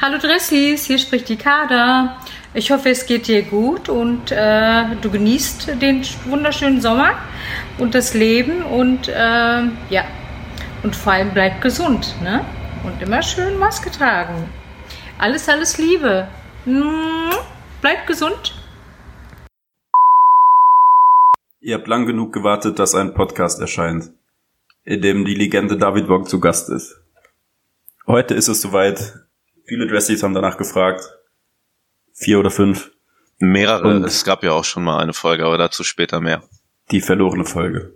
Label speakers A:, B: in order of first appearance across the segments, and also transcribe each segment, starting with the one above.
A: Hallo Dressis, hier spricht die Kader. Ich hoffe, es geht dir gut und äh, du genießt den wunderschönen Sommer und das Leben und äh, ja, und vor allem bleib gesund ne? und immer schön Maske tragen. Alles, alles Liebe. Mm, bleib gesund.
B: Ihr habt lang genug gewartet, dass ein Podcast erscheint, in dem die Legende David Wong zu Gast ist. Heute ist es soweit. Viele Dressies haben danach gefragt. Vier oder fünf.
C: Mehrere,
B: Und-
C: es gab ja auch schon mal eine Folge, aber dazu später mehr.
B: Die verlorene Folge.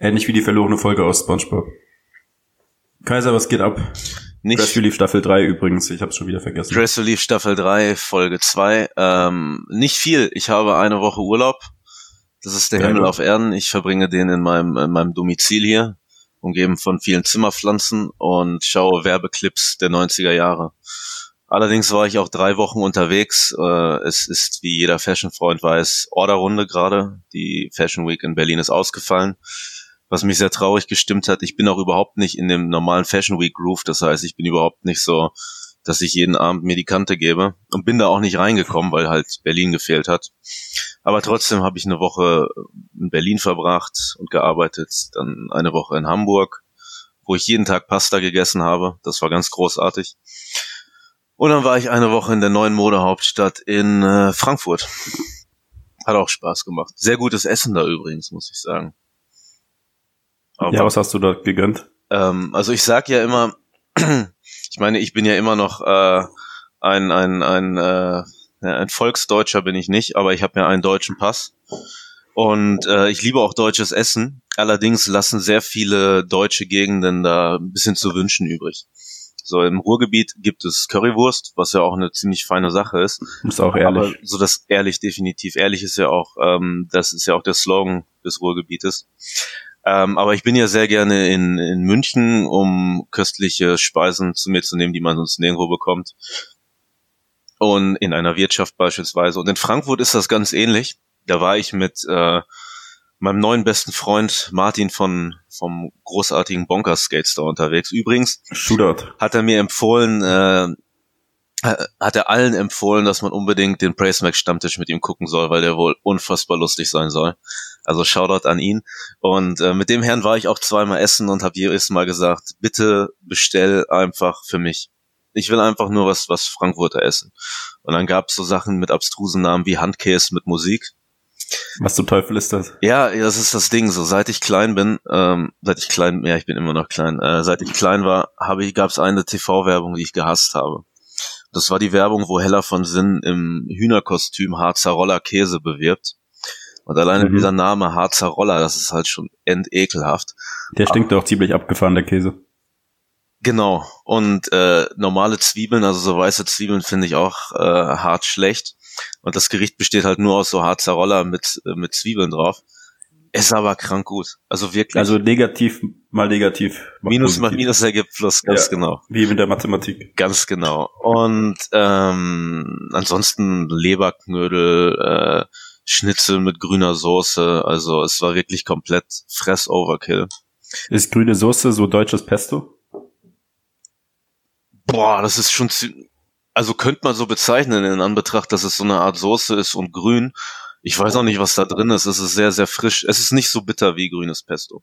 B: Ähnlich wie die verlorene Folge aus SpongeBob. Kaiser, was geht ab? Dress
C: Nicht
B: Relief Staffel 3 übrigens. Ich hab's schon wieder vergessen.
C: Dress Relief Staffel 3, Folge 2. Ähm, nicht viel. Ich habe eine Woche Urlaub. Das ist der
B: Geil.
C: Himmel auf Erden. Ich verbringe den in meinem, in meinem Domizil hier, umgeben von vielen Zimmerpflanzen und schaue Werbeclips der 90er Jahre. Allerdings war ich auch drei Wochen unterwegs. Äh, Es ist, wie jeder Fashion-Freund weiß, Orderrunde gerade. Die Fashion Week in Berlin ist ausgefallen. Was mich sehr traurig gestimmt hat, ich bin auch überhaupt nicht in dem normalen Fashion Week Groove. Das heißt, ich bin überhaupt nicht so, dass ich jeden Abend mir die Kante gebe und bin da auch nicht reingekommen, weil halt Berlin gefehlt hat. Aber trotzdem habe ich eine Woche in Berlin verbracht und gearbeitet, dann eine Woche in Hamburg, wo ich jeden Tag Pasta gegessen habe. Das war ganz großartig. Und dann war ich eine Woche in der neuen Modehauptstadt in äh, Frankfurt. Hat auch Spaß gemacht. Sehr gutes Essen da übrigens, muss ich sagen. Aber
B: Ja, was hast du da gegönnt?
C: ähm, also ich sag ja immer, ich meine, ich bin ja immer noch äh, ein, ein, ein, äh, ja, ein Volksdeutscher bin ich nicht, aber ich habe ja einen deutschen Pass. Und äh, ich liebe auch deutsches Essen. Allerdings lassen sehr viele deutsche Gegenden da ein bisschen zu wünschen übrig. So, im Ruhrgebiet gibt es Currywurst, was ja auch eine ziemlich feine Sache ist.
B: Ist auch ehrlich.
C: Aber so das ehrlich, definitiv. Ehrlich ist ja auch, ähm, das ist ja auch der Slogan des Ruhrgebietes. Ähm, aber ich bin ja sehr gerne in, in München, um köstliche Speisen zu mir zu nehmen, die man sonst nirgendwo bekommt. Und in einer Wirtschaft beispielsweise. Und in Frankfurt ist das ganz ähnlich. Da war ich mit äh, meinem neuen besten Freund Martin von vom großartigen Bonkers Skate Store unterwegs. Übrigens,
B: Shootout.
C: hat er mir empfohlen, äh, hat er allen empfohlen, dass man unbedingt den Praise Mac Stammtisch mit ihm gucken soll, weil der wohl unfassbar lustig sein soll. Also Shoutout an ihn. Und äh, mit dem Herrn war ich auch zweimal essen und habe jedes Mal gesagt, bitte bestell einfach für mich. Ich will einfach nur was, was Frankfurter essen. Und dann gab's so Sachen mit abstrusen Namen wie Handkäse mit Musik.
B: Was zum Teufel ist das?
C: Ja, das ist das Ding. So seit ich klein bin, ähm, seit ich klein, ja, ich bin immer noch klein. Äh, seit ich klein war, habe ich gab's eine TV-Werbung, die ich gehasst habe. Das war die Werbung, wo Hella von Sinn im Hühnerkostüm Harzer Roller Käse bewirbt. Und alleine
B: Mhm.
C: dieser Name Harzer Roller, das ist halt schon endekelhaft.
B: Der stinkt doch ziemlich abgefahren, der Käse.
C: Genau. Und äh, normale Zwiebeln, also so weiße Zwiebeln, finde ich auch äh, hart schlecht. Und das Gericht besteht halt nur aus so Harzer Roller mit, äh, mit Zwiebeln drauf. Ist aber krank gut. Also wirklich.
B: Also negativ mal negativ. macht
C: Minus macht
B: positiv.
C: Minus ergibt Plus, ganz
B: Ja.
C: genau.
B: Wie mit der Mathematik.
C: Ganz genau. Und ähm, ansonsten Leberknödel, äh, Schnitzel mit grüner Soße. Also es war wirklich komplett Fress-Overkill.
B: Ist grüne Soße so deutsches Pesto?
C: Boah, das ist schon zie- Also könnte man so bezeichnen in Anbetracht, dass es so eine Art Soße ist und grün. Ich weiß auch nicht, was da drin ist. Es ist sehr, sehr frisch. Es ist nicht so bitter wie grünes Pesto.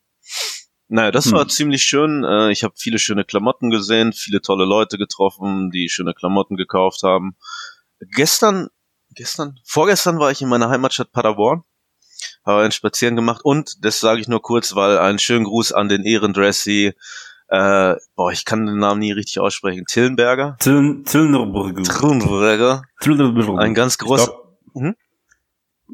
C: Naja, das
B: Hm.
C: war ziemlich schön. Äh, Ich habe viele schöne Klamotten gesehen, viele tolle Leute getroffen, die schöne Klamotten gekauft haben. Gestern, gestern, vorgestern war ich in meiner Heimatstadt Paderborn, habe einen Spazieren gemacht und das sage ich nur kurz, weil einen schönen Gruß an den Ehrendressy, äh, boah, ich kann den Namen nie richtig aussprechen, Tillenberger,
B: Zillen- Zillenburg.
C: Tillenberger,
B: Zillenburg.
C: ein ganz
B: Ich
C: großer,
B: glaub-
C: Mhm.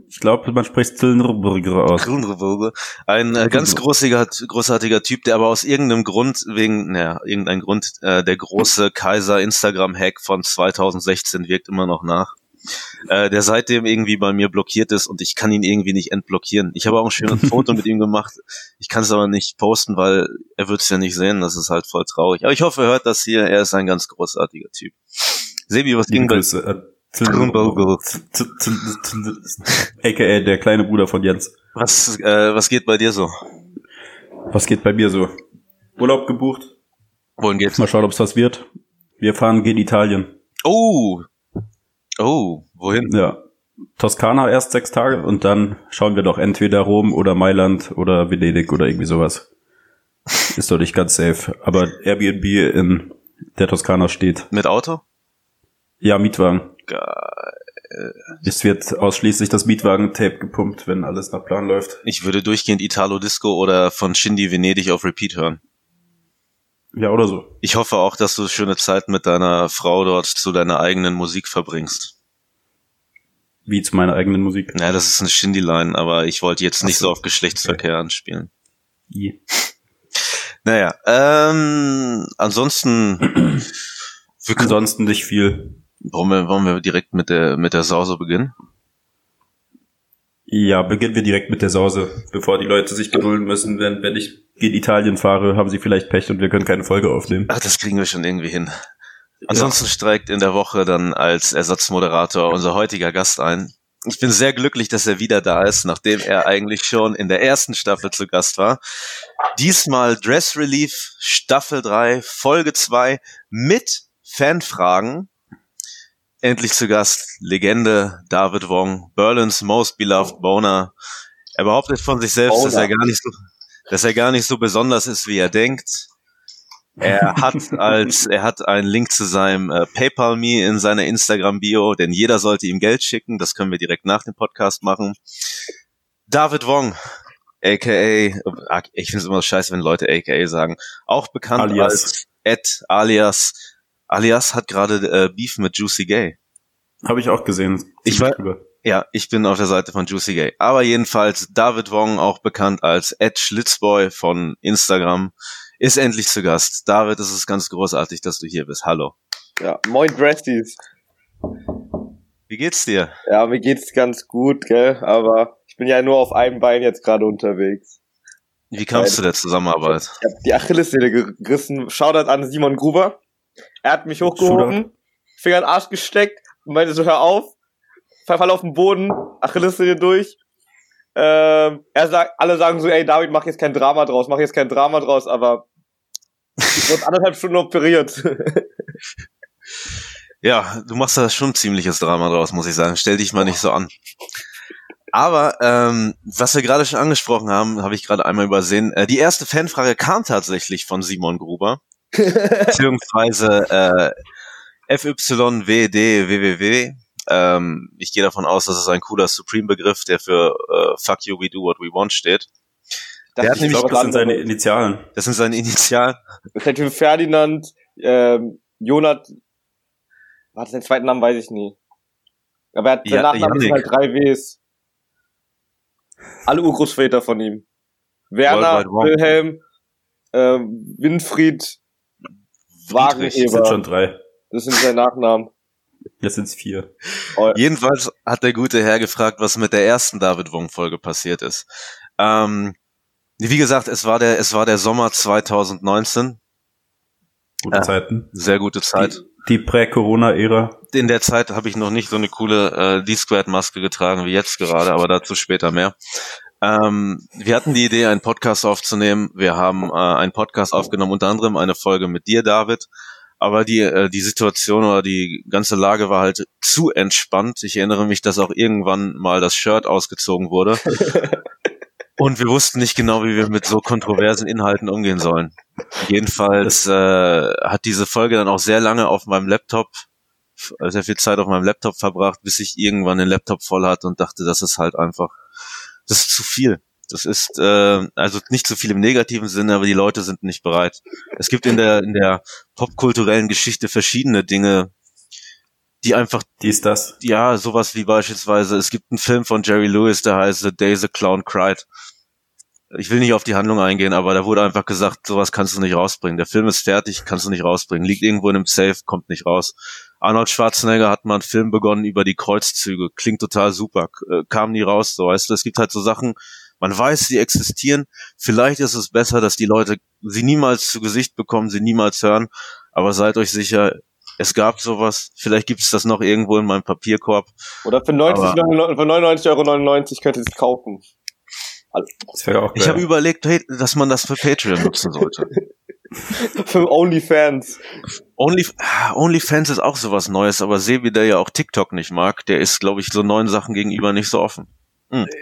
B: Ich glaube, man spricht Zillenburger aus.
C: Tillenberger, ein äh, ganz großiger, großartiger Typ, der aber aus irgendeinem Grund, wegen, naja, irgendein Grund, äh, der große Kaiser Instagram-Hack von 2016 wirkt immer noch nach. Äh, der seitdem irgendwie bei mir blockiert ist und ich kann ihn irgendwie nicht entblockieren. Ich habe auch ein schönes Foto mit ihm gemacht. Ich kann es aber nicht posten, weil er wird es ja nicht sehen. Das ist halt voll traurig. Aber ich hoffe, er hört das hier. Er ist ein ganz großartiger Typ. Sebi, was
B: Liebe
C: ging bei
B: Grüße. äh, Zillenburg. Z- Z- Z- AKA der kleine Bruder von Jens.
C: was, äh, was geht bei dir so?
B: Was geht bei mir so? Urlaub gebucht.
C: Wohin geht's?
B: Mal schauen, ob es was wird. Wir fahren gegen Italien.
C: Oh! Oh, wohin?
B: Ja. Toskana erst sechs Tage und dann schauen wir doch entweder Rom oder Mailand oder Venedig oder irgendwie sowas. Ist doch nicht ganz safe. Aber Airbnb in der Toskana steht.
C: Mit Auto?
B: Ja, Mietwagen.
C: Geil.
B: Es wird ausschließlich das Mietwagen-Tape gepumpt, wenn alles nach Plan läuft.
C: Ich würde durchgehend Italo Disco oder von Shindy Venedig auf Repeat hören.
B: Ja, oder so.
C: Ich hoffe auch, dass du schöne Zeit mit deiner Frau dort zu deiner eigenen Musik verbringst.
B: Wie zu meiner eigenen Musik.
C: Naja, das ist eine Shindy-Line, aber ich wollte jetzt nicht
B: Ach so.
C: so auf Geschlechtsverkehr anspielen.
B: Je.
C: Naja, ähm, ansonsten, wir können,
B: Ansonsten nicht viel.
C: wollen, wir, wollen wir direkt mit der, mit der Sause beginnen?
B: Ja, beginnen wir direkt mit der Sause, bevor die Leute sich gedulden müssen. Wenn, wenn ich gegen Italien fahre, haben sie vielleicht Pech und wir können keine Folge aufnehmen.
C: Ach, das kriegen wir schon irgendwie hin. Ansonsten streikt in der Woche dann als Ersatzmoderator unser heutiger Gast ein. Ich bin sehr glücklich, dass er wieder da ist, nachdem er eigentlich schon in der ersten Staffel zu Gast war. Diesmal Dress Relief Staffel 3, Folge 2 mit Fanfragen. Endlich zu Gast Legende David Wong, Berlin's most beloved Boner. Er behauptet von sich selbst, dass er gar nicht so, dass er gar nicht so besonders ist, wie er denkt. Er hat als er hat einen Link zu seinem äh, PayPal Me in seiner Instagram Bio, denn jeder sollte ihm Geld schicken. Das können wir direkt nach dem Podcast machen. David Wong, aka ich finde es immer scheiße, wenn Leute aka sagen, auch bekannt
B: Alias.
C: als Ed alias alias hat gerade äh, Beef mit Juicy Gay.
B: Habe ich auch gesehen.
C: Ich
B: Ziemlich
C: war-
B: drüber.
C: Ja, ich bin auf der Seite von Juicy Gay. Aber jedenfalls, David Wong, auch bekannt als Ed Schlitzboy von Instagram, ist endlich zu Gast. David, es ist ganz großartig, dass du hier bist. Hallo.
D: Ja, moin Dressies.
C: Wie geht's dir?
D: Ja, mir geht's ganz gut, gell, aber ich bin ja nur auf einem Bein jetzt gerade unterwegs.
C: Wie kamst du der Zusammenarbeit?
D: Ich hab die Achillessehne gerissen. Shoutout an Simon Gruber. Er hat mich hochgehoben, Finger in den Arsch gesteckt und meinte so, hör auf. Verfall auf den Boden, Achillessehne durch. Ähm, er sagt, alle sagen so, ey David, mach jetzt kein Drama draus, mach jetzt kein Drama draus, aber ich wurde anderthalb Stunden operiert.
C: Ja, du machst da schon ein ziemliches Drama draus, muss ich sagen. Stell dich mal nicht so an. Aber ähm, was wir gerade schon angesprochen haben, habe ich gerade einmal übersehen. Äh, die erste Fanfrage kam tatsächlich von Simon Gruber, beziehungsweise äh, FYWD www. Ähm, ich gehe davon aus, dass es ein cooler Supreme-Begriff, der für äh, Fuck you, we do what we want steht. Der hat
D: Ich
B: Ich
C: nämlich,
B: glaube, das sind
D: gerade-
B: seine Initialen.
C: das sind seine Initialen.
D: Detective Ferdinand, ähm, Jonat, warte, seinen zweiten Namen weiß ich nie. Aber er hat,
C: Ja-
D: sein Nachname sind
C: Yannick.
D: halt drei Ws. Alle Urgroßväter von ihm. Werner,
C: Worldwide Wrong.
D: Wilhelm, ähm, Winfried,
B: Das
D: Wageneber.
B: sind schon drei.
D: Das sind seine Nachnamen.
B: Jetzt sind's vier.
C: Jedenfalls hat der gute Herr gefragt, was mit der ersten David Wong Folge passiert ist. Ähm, wie gesagt, es war der es war der Sommer 2019,
B: Gute
C: Ja.
B: Zeiten.
C: sehr gute Zeit.
B: Die, die Prä-Corona-Ära.
C: In der Zeit habe ich noch nicht so eine coole äh, D-Squared Maske getragen wie jetzt gerade, aber dazu später mehr. Ähm, wir hatten die Idee, einen Podcast aufzunehmen. Wir haben äh, einen Podcast aufgenommen, unter anderem eine Folge mit dir, David. Aber die, äh, die Situation oder die ganze Lage war halt zu entspannt. Ich erinnere mich, dass auch irgendwann mal das Shirt ausgezogen wurde. Und wir wussten nicht genau, wie wir mit so kontroversen Inhalten umgehen sollen. Jedenfalls äh, hat diese Folge dann auch sehr lange auf meinem Laptop, äh, sehr viel Zeit auf meinem Laptop verbracht, bis ich irgendwann den Laptop voll hatte und dachte, das ist halt einfach, das ist zu viel. Das ist äh, also nicht zu viel im negativen Sinne, aber die Leute sind nicht bereit. Es gibt in der in der popkulturellen Geschichte verschiedene Dinge, die einfach
B: Die ist das.
C: ja, sowas wie beispielsweise, es gibt einen Film von Jerry Lewis, der heißt The Day the Clown Cried. Ich will nicht auf die Handlung eingehen, aber da wurde einfach gesagt, sowas kannst du nicht rausbringen. Der Film ist fertig, kannst du nicht rausbringen. Liegt irgendwo in einem Safe, kommt nicht raus. Arnold Schwarzenegger hat mal einen Film begonnen über die Kreuzzüge. Klingt total super. k- äh, Kam nie raus, so weißt du. Es gibt halt so Sachen, man weiß, sie existieren. Vielleicht ist es besser, dass die Leute sie niemals zu Gesicht bekommen, sie niemals hören. Aber seid euch sicher, es gab sowas. Vielleicht gibt es das noch irgendwo in meinem Papierkorb.
D: Oder für 90,
C: Aber-
D: Euro- für 99,99 Euro könnt ihr es kaufen.
B: Das wäre auch geil.
C: Ich habe überlegt, hey, dass man das für Patreon nutzen sollte.
D: Für OnlyFans.
C: Only, ah, OnlyFans ist auch sowas Neues, aber Sebi, der ja auch TikTok nicht mag, der ist, glaube ich, so neuen Sachen gegenüber nicht so offen.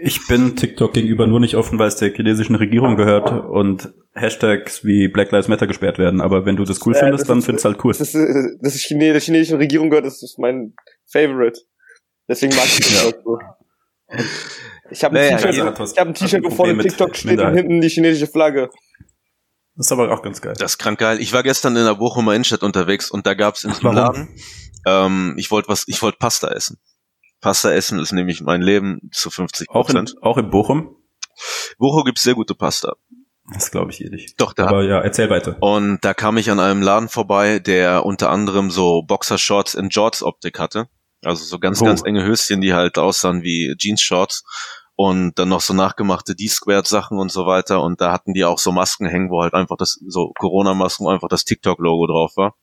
B: Ich bin TikTok gegenüber nur nicht offen, weil es der chinesischen Regierung gehört und Hashtags wie Black Lives Matter gesperrt werden. Aber wenn du das cool
D: Äh,
B: findest,
D: das
B: dann
D: ist-
B: findest du halt cool.
D: Das ist, äh, das ist Chine der chinesischen Regierung gehört, das ist mein Favorite. Deswegen mag ich TikTok so. Ich habe
C: Naja,
D: ein T-Shirt,
B: jeder hat was-
D: ich hab ein
B: hat ein
D: T-Shirt, wo
B: Problem
D: vorne
B: mit
D: TikTok steht und
B: Minderheiten.
D: hinten die chinesische Flagge.
B: Das ist aber auch ganz geil.
C: Das ist krank geil. Ich war gestern in der Bochumer Innenstadt unterwegs und da gab's in diesem
B: warum?
C: Laden, ähm, ich wollte was, ich wollte Pasta essen. Pasta essen ist nämlich mein Leben zu 50
B: Auch in,
C: Prozent.
B: auch in Bochum?
C: Bochum gibt's sehr gute Pasta.
B: Das glaube ich eh nicht.
C: Doch, da.
B: Aber ja, erzähl weiter.
C: Und da kam ich an einem Laden vorbei, der unter anderem so Boxershorts in Jorts-Optik hatte. Also so ganz,
B: Oh.
C: ganz enge Höschen, die halt aussahen wie Jeans-Shorts. Und dann noch so nachgemachte D-Squared-Sachen und so weiter. Und da hatten die auch so Masken hängen, wo halt einfach das, so Corona-Masken, wo einfach das TikTok-Logo drauf war.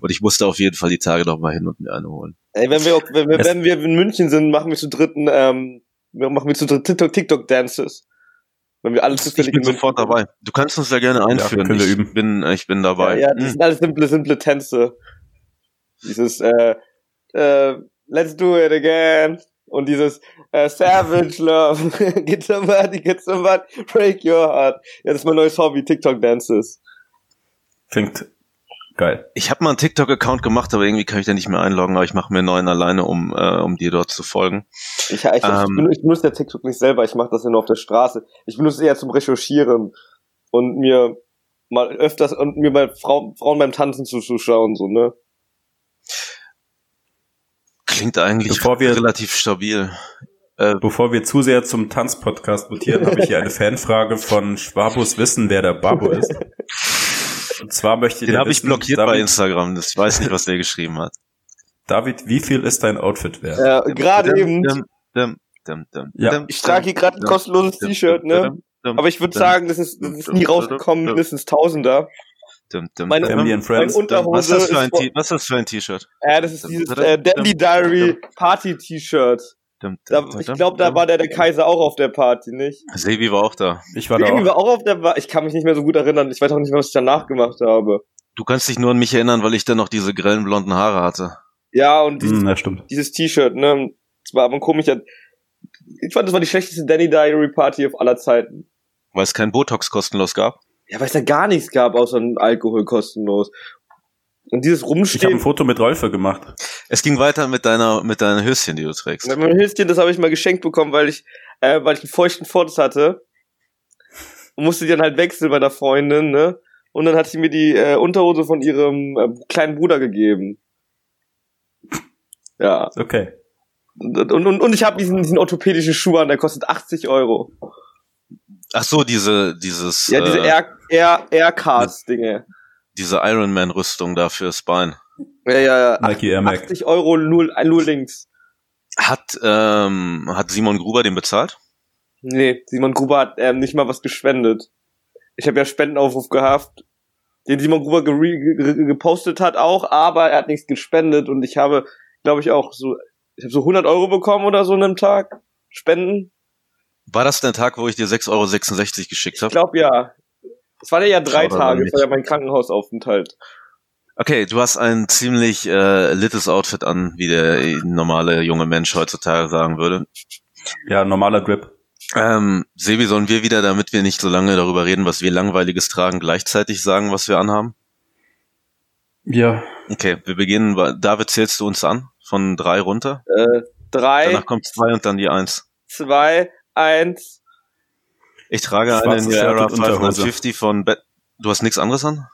C: Und ich musste auf jeden Fall die Tage noch mal hin und mir eine holen.
D: Ey, wenn wir, auch- wenn wir,
B: Es-
D: wenn wir in München sind, machen wir zu dritten, ähm, wir machen wir zu dritt TikTok, TikTok Dances. Wenn wir alle
C: Ich
D: zufällig
C: bin
D: in München
C: sofort
D: sind.
C: dabei. Du kannst uns da gerne einführen.
B: können wir
C: ich,
B: üben.
C: Bin, ich bin dabei.
D: Ja, ja, das
C: Hm.
D: sind alles simple, simple Tänze. Dieses, äh, äh, let's do it again. Und dieses, äh, savage love. get somebody, get somebody, break your heart. Ja, das ist mein neues Hobby, TikTok Dances.
B: Klingt geil.
C: Ich habe mal einen TikTok-Account gemacht, aber irgendwie kann ich da nicht mehr einloggen, aber ich mache mir einen neuen alleine, um, äh, um dir dort zu folgen.
D: Ich, ich, ich,
C: Ähm.
D: benutze, ich benutze ja TikTok nicht selber, ich mache das ja nur auf der Straße. Ich benutze es eher zum Recherchieren und mir mal öfters und mir bei Frauen, Frauen beim Tanzen zuzuschauen, so, ne?
C: Klingt eigentlich
B: Bevor wir-
C: relativ stabil.
B: Bevor wir zu sehr zum Tanzpodcast mutieren, habe ich hier eine Fanfrage von Schwabus Wissen, wer der Babo ist. Und zwar möchte
C: Den
B: der
C: habe ich
B: wissen,
C: blockiert bei
B: David,
C: Instagram. Das ich weiß nicht, was der geschrieben hat.
B: David, wie viel ist dein Outfit wert?
D: Äh, gerade eben,
C: Dum, dum, dum, dum,
B: Ja.
C: dum,
D: ich trage hier gerade ein
C: dum,
D: kostenloses
C: dum,
D: T-Shirt,
C: dum,
D: ne?
C: dum, dum,
D: Aber ich würde
C: Dann-
D: sagen, das ist, das ist nie rausgekommen, mindestens Tausender.
C: dum, dum,
D: meine-
C: dum,
B: Family
C: dum.
B: and Friends.
D: Meine Unterhose
C: Was ist das für ein
D: ist vor-
C: T- was ist das für ein T-Shirt?
D: Ja, das ist dieses äh, Dandy Diary Party T-Shirt.
C: Dum,
D: Da-
C: dum, dum,
D: Ich
C: dum,
D: glaube, da
C: dum.
D: war der, der Kaiser auch auf der Party, nicht?
C: Sebi war auch da.
B: Ich war da
D: Irgendwie
B: auch.
D: war auch auf der Party. Ich kann mich nicht mehr so gut erinnern. Ich weiß auch nicht mehr, was ich danach gemacht habe.
C: Du kannst dich nur an mich erinnern, weil ich dann noch diese grellen blonden Haare hatte.
D: Ja, und dieses,
B: Hm, ja, stimmt.
D: dieses T-Shirt, ne? Das war aber ein komischer. Ich fand, das war die schlechteste Danny Diary Party auf aller Zeiten.
C: Weil es kein Botox kostenlos gab.
D: Ja, weil es da gar nichts gab, außer Alkohol kostenlos. Und dieses
B: Ich habe ein
D: Rumstehen.
B: Foto mit Rolfe gemacht.
C: Es ging weiter mit deiner, mit deinen Höschen, die du trägst.
D: Wenn man hilft dir, das habe ich mal geschenkt bekommen, weil ich, äh, weil ich einen feuchten Furz hatte. Und musste die dann halt wechseln bei der Freundin, ne? Und dann hat sie mir die äh, Unterhose von ihrem äh, kleinen Bruder gegeben. Ja.
B: Okay.
D: Und, und, und- und ich habe diesen, diesen orthopädischen Schuh an, der kostet 80 Euro.
C: Ach so, diese, dieses,
D: Ja, diese
C: äh,
D: Air, Air, Aircast-Dinge.
C: diese Iron Man Rüstung da fürs Bein.
D: Ja, ja, ja.
B: Nike Air Max.
D: 80 Euro nur, nur links.
C: Hat, ähm, hat Simon Gruber den bezahlt?
D: Nee, Simon Gruber hat ähm, nicht mal was gespendet. Ich habe ja Spendenaufruf gehabt, den Simon Gruber gere- ge- gepostet hat auch, aber er hat nichts gespendet und ich habe, glaube ich, auch so, ich habe so 100 Euro bekommen oder so in einem Tag. Spenden?
C: War das der Tag, wo ich dir 6,66 Euro geschickt
D: Ich
C: habe?
D: glaube ja. Es waren ja drei
C: Schau da mal
D: Tage,
C: nicht.
D: es war ja mein Krankenhausaufenthalt.
C: Okay, du hast ein ziemlich äh, littes Outfit an, wie der äh, normale junge Mensch heutzutage sagen würde.
B: Ja, normaler Drip.
C: Ähm, Sebi, sollen wir wieder, damit wir nicht so lange darüber reden, was wir langweiliges tragen, gleichzeitig sagen, was wir anhaben?
B: Ja.
C: Okay, wir beginnen. bei- David, zählst du uns an? Von drei runter?
D: Äh, drei,
C: Danach kommt zwei und dann die eins.
D: zwei, eins.
C: Ich trage eine
B: Schwarzes
C: New
B: Shirt
C: Era
B: und Unterhose.
C: 550 von Bat Du hast nichts anderes an?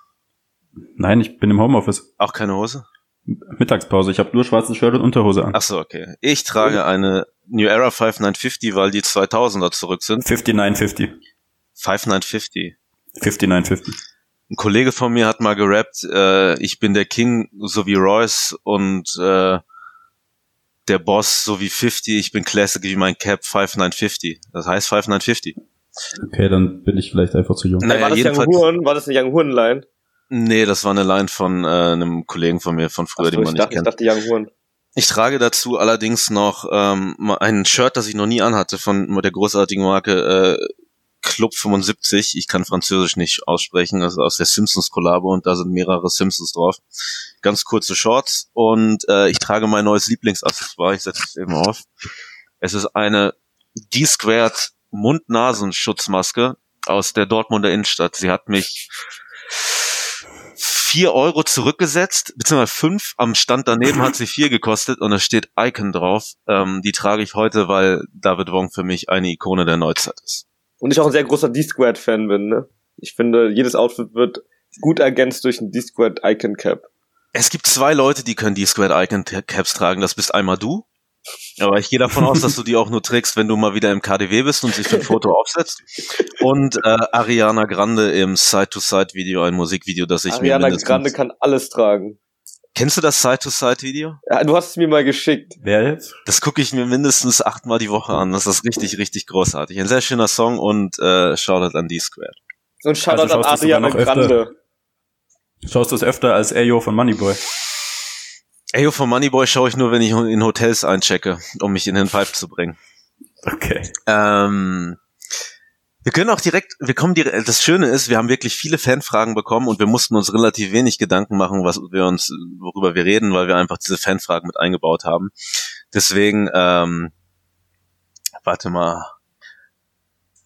B: Nein, ich bin im Homeoffice.
C: Auch keine Hose?
B: Mittagspause. Ich habe nur schwarzes Shirt und Unterhose an.
C: Ach so, okay. Ich
D: Oh.
C: trage eine New Era 5950, weil die 2000er zurück sind.
B: 5950.
C: 5950.
B: 5950.
C: Ein Kollege von mir hat mal gerappt, äh, ich bin der King, so wie Royce und äh, der Boss, so wie 50. Ich bin Classic wie mein Cap 5950. Das heißt 5950.
B: Okay, dann bin ich vielleicht einfach zu jung.
C: Naja,
D: war das Young
C: jedenfalls-
D: Huren? War das eine Young Huren-Line?
C: Nee, das war eine Line von äh, einem Kollegen von mir von früher,
D: Ach so,
C: den man
D: ich,
C: nicht
D: dachte, ich
C: kennt.
D: dachte Young Huren.
C: Ich trage dazu allerdings noch ähm, ein Shirt, das ich noch nie anhatte, von der großartigen Marke äh, Club 75. Ich kann Französisch nicht aussprechen. Das ist aus der Simpsons-Kollabo und da sind mehrere Simpsons drauf. Ganz kurze Shorts und äh, ich trage mein neues Lieblingsaccessoire. Ich setze es eben auf. Es ist eine D-Squared Mund-Nasen-Schutzmaske aus der Dortmunder Innenstadt. Sie hat mich vier Euro zurückgesetzt, beziehungsweise fünf. Am Stand daneben hat sie vier gekostet und da steht Icon drauf. Ähm, die trage ich heute, weil David Wong für mich eine Ikone der Neuzeit ist.
D: Und ich auch ein sehr großer D-Squared-Fan bin, ne? Ich finde, jedes Outfit wird gut ergänzt durch ein D-Squared Icon Cap.
C: Es gibt zwei Leute, die können D-Squared Icon Caps tragen. Das bist einmal du. Aber ich gehe davon aus, dass du die auch nur trägst, wenn du mal wieder im KDW bist und sich für ein Foto aufsetzt. Und äh, Ariana Grande im Side-to-Side-Video, ein Musikvideo, das ich mir
D: Ariana
C: mindestens-
D: Grande kann alles tragen.
C: Kennst du das Side-to-Side-Video?
D: Ja, du hast es mir mal geschickt.
B: Wer jetzt?
C: Das gucke ich mir mindestens achtmal die Woche an. Das ist richtig, richtig großartig. Ein sehr schöner Song und äh, Shoutout an D-Squared.
D: Und Shoutout
B: Also
D: an
B: schaust du sogar
D: Ariana
B: noch öfter.
D: Grande.
B: Schaust du es öfter als Ayo von Moneyboy?
C: Ayo von Moneyboy schaue ich nur, wenn ich in Hotels einchecke, um mich in den Vibe zu bringen.
B: Okay.
C: Ähm, wir können auch direkt, wir kommen direkt, das Schöne ist, wir haben wirklich viele Fanfragen bekommen und wir mussten uns relativ wenig Gedanken machen, was wir uns, worüber wir reden, weil wir einfach diese Fanfragen mit eingebaut haben. Deswegen, ähm, warte mal.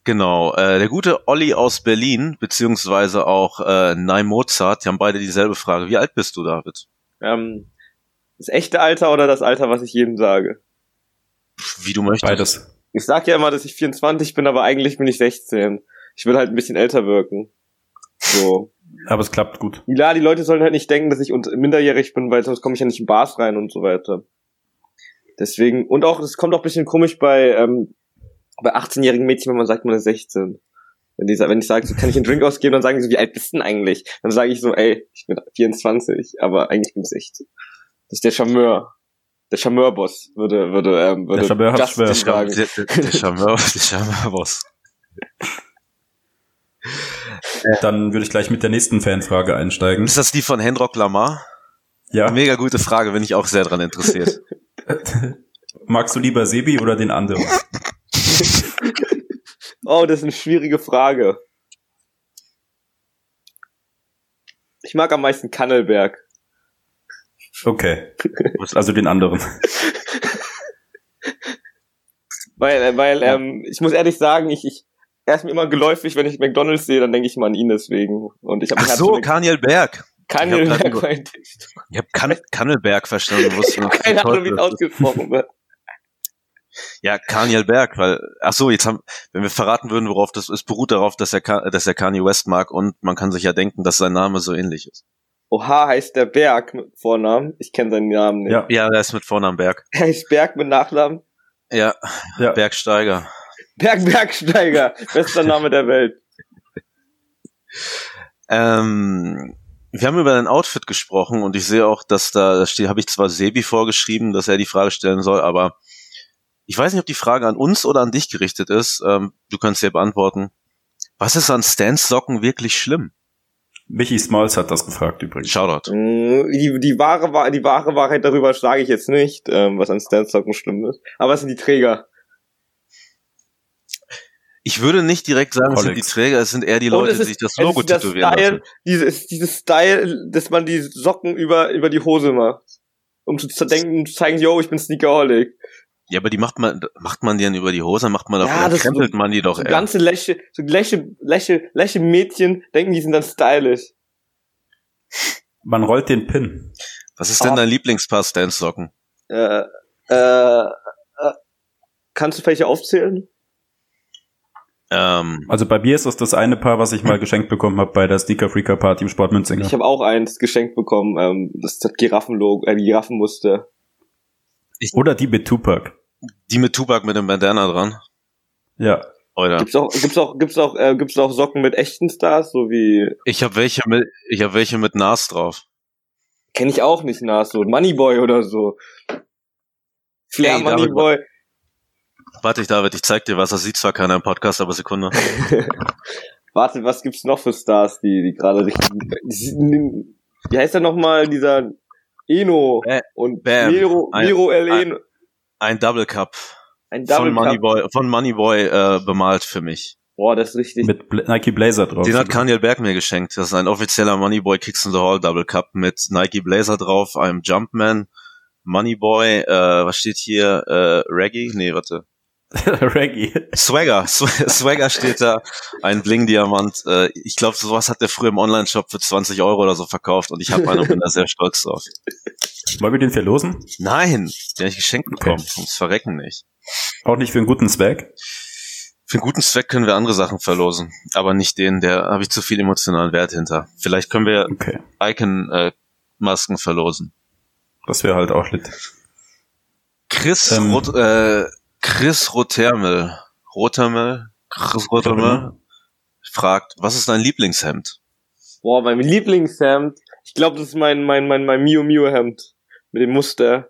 C: Genau, äh, der gute Olli aus Berlin, beziehungsweise auch äh, Nai Mozart, die haben beide dieselbe Frage. Wie alt bist du, David?
D: Ähm, das echte Alter oder das Alter, was ich jedem sage?
C: Wie du möchtest.
B: Beides.
D: Ich sag ja immer, dass ich 24 bin, aber eigentlich bin ich 16. Ich will halt ein bisschen älter wirken. So.
B: Aber es klappt gut.
D: Ja, die Leute sollen halt nicht denken, dass ich un- minderjährig bin, weil sonst komme ich ja nicht in Bars rein und so weiter. Deswegen, und auch, es kommt auch ein bisschen komisch bei, ähm, bei 18-jährigen Mädchen, wenn man sagt, man ist 16. Wenn, die, sa- wenn ich sage, so, kann ich einen Drink ausgeben, dann sagen die so, wie alt bist du denn eigentlich? Dann sage ich so, ey, ich bin 24, aber eigentlich bin ich 16. Das ist der Charmeur. Der Charmeur-Boss würde, würde, ähm, würde
B: Der Charmeur hat
D: Justin
B: Schwör.
C: Der,
D: sagen.
C: der, der, der Charmeur, der Charmeur-Boss.
D: Äh.
B: Dann würde ich gleich mit der nächsten Fanfrage einsteigen.
C: Ist das die von Hendrock Lamar?
B: Ja.
C: Mega gute Frage, bin ich auch sehr dran interessiert.
B: Magst du lieber Sebi oder den anderen?
D: Oh, das ist eine schwierige Frage. Ich mag am meisten Kannelberg.
B: Okay. Also den anderen.
D: Weil, äh, weil ähm, ich muss ehrlich sagen, ich, ich, er ist mir immer geläufig, wenn ich McDonalds sehe, dann denke ich mal an ihn deswegen. Und ich halt habe
C: Ach so, Kaniel Berg. Ich hab grad
D: Kannelberg
C: nur-
D: meinte ich.
C: Ich habe kan Kannelberg verstanden. wo ist denn das
D: Keine Ahnung, wie es
C: Teufel?
D: ausgesprochen wird.
C: Ja, Kaniel Berg, weil, ach so, jetzt haben, wenn wir verraten würden, worauf das ist, beruht darauf, dass er, Ka- dass er Kanye West mag und man kann sich ja denken, dass sein Name so ähnlich ist.
D: Oha heißt der Berg mit Vornamen. Ich kenne seinen Namen nicht.
B: Ja,
C: Ja, der ist mit Vornamen Berg.
D: Er heißt Berg mit Nachnamen.
C: Ja,
B: Ja.
C: Bergsteiger.
D: Berg Bergsteiger. Bester Name der Welt.
C: Ähm, wir haben über dein Outfit gesprochen und ich sehe auch, dass da, da steht, habe ich zwar Sebi vorgeschrieben, dass er die Frage stellen soll, aber ich weiß nicht, ob die Frage an uns oder an dich gerichtet ist. Ähm, du kannst ja beantworten. Was ist an Stans Socken wirklich schlimm?
B: Michi Smalls hat das gefragt übrigens.
C: Shoutout.
D: Mm, Die, die, wahre, Wahr- die wahre Wahrheit darüber sage ich jetzt nicht, ähm, was an Stanstocken schlimm ist. Aber es sind die Träger.
C: Ich würde nicht direkt sagen, es sind die
B: Colleagues.
C: Träger, es sind eher die
D: Und
C: Leute,
D: es
C: die
D: ist-
C: sich das
D: es ist
C: Logo
D: das
C: tätowieren
D: Style,
C: lassen.
D: dieses, dieses Style, dass man die Socken über, über die Hose macht. Um zu zu denken, zu zeigen, yo, ich bin Sneakerholic.
C: Ja, aber die macht man, macht man die dann über die Hose, macht man doch,
D: Ja,
C: dann
D: das-
C: krempelt man die doch,
D: So
C: ey.
D: ganze Läche, so Läche, Läche, Läche Mädchen denken, die sind dann stylisch.
B: Man rollt den Pin.
C: Was ist denn dein Lieblingspaar Stans Socken?
D: Äh, äh, äh, kannst du vielleicht aufzählen?
C: Ähm,
B: Also bei mir ist das das eine Paar, was ich mal geschenkt bekommen habe bei der Sneaker Freaker Party im Sport Münzinger.
D: Ich habe auch eins geschenkt bekommen, ähm, das hat Giraffenlogo, äh, Giraffenmuster.
B: Oder die mit Tupac.
C: die mit Tupac mit dem Bandana dran.
B: Ja.
C: Oder?
D: Gibt's auch, gibt's auch, gibt's auch, äh, gibt's auch Socken mit echten Stars, so wie,
C: Ich habe welche mit, ich habe welche mit Nas drauf.
D: kenne ich auch nicht nach, so Moneyboy oder so. Flair
C: Ey, David,
D: Moneyboy.
C: Warte ich, David, ich zeig dir was. Das sieht zwar keiner im Podcast, aber Sekunde.
D: Warte, was gibt's noch für Stars, die, die gerade richtig. die- Wie heißt der nochmal, dieser Eno
C: Bam.
D: und
C: Äh, Bam.
D: Miro,
C: Ein-
D: Miro El
C: ein-
D: Eno.
C: Ein Double Cup
D: Ein Double
C: von
D: Cup.
C: Moneyboy, von Moneyboy äh, bemalt für mich.
D: Boah, das ist richtig.
B: Mit Bla Nike Blazer drauf.
C: Den hat Kaniel Berg mir geschenkt. Das ist ein offizieller Moneyboy Kicks in the Hall Double Cup mit Nike Blazer drauf, einem Jumpman, Moneyboy, äh, was steht hier? Äh, Reggae? Nee, warte.
B: Reggae.
C: Swagger. Sw- Swagger steht da. Ein Bling-Diamant. Äh, ich glaube, sowas hat der früher im Online-Shop für 20 Euro oder so verkauft und ich habe einen und bin da sehr stolz drauf.
B: Wollen wir den verlosen?
C: Nein, den hab ich geschenkt bekommen. Ums Verrecken nicht.
B: Auch nicht für einen guten Zweck.
C: Für einen guten Zweck können wir andere Sachen verlosen, aber nicht den, der habe ich zu viel emotionalen Wert hinter. Vielleicht können wir
B: Okay.
C: Icon-Masken verlosen.
B: Das wäre halt auch lit.
C: Chris,
B: Ähm.
C: Rot, äh, Chris Rotermel, Rotermel, Chris Rotermel fragt, was ist dein Lieblingshemd?
D: Boah, mein Lieblingshemd. Ich glaube, das ist mein, mein, mein, mein Mio Mio Hemd. Mit dem Muster.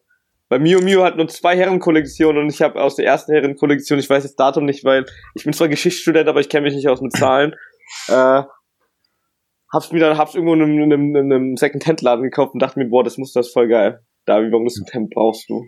D: Bei Mio Mio hat nur zwei Herrenkollektionen und ich habe aus der ersten Herrenkollektion, ich weiß das Datum nicht, weil ich bin zwar Geschichtsstudent, aber ich kenne mich nicht aus mit Zahlen. äh, hab's mir dann, hab's irgendwo in einem, in einem, in einem Second-Hand-Laden gekauft und dachte mir, boah, das Muster ist voll geil. Davi, warum das Hemd brauchst du?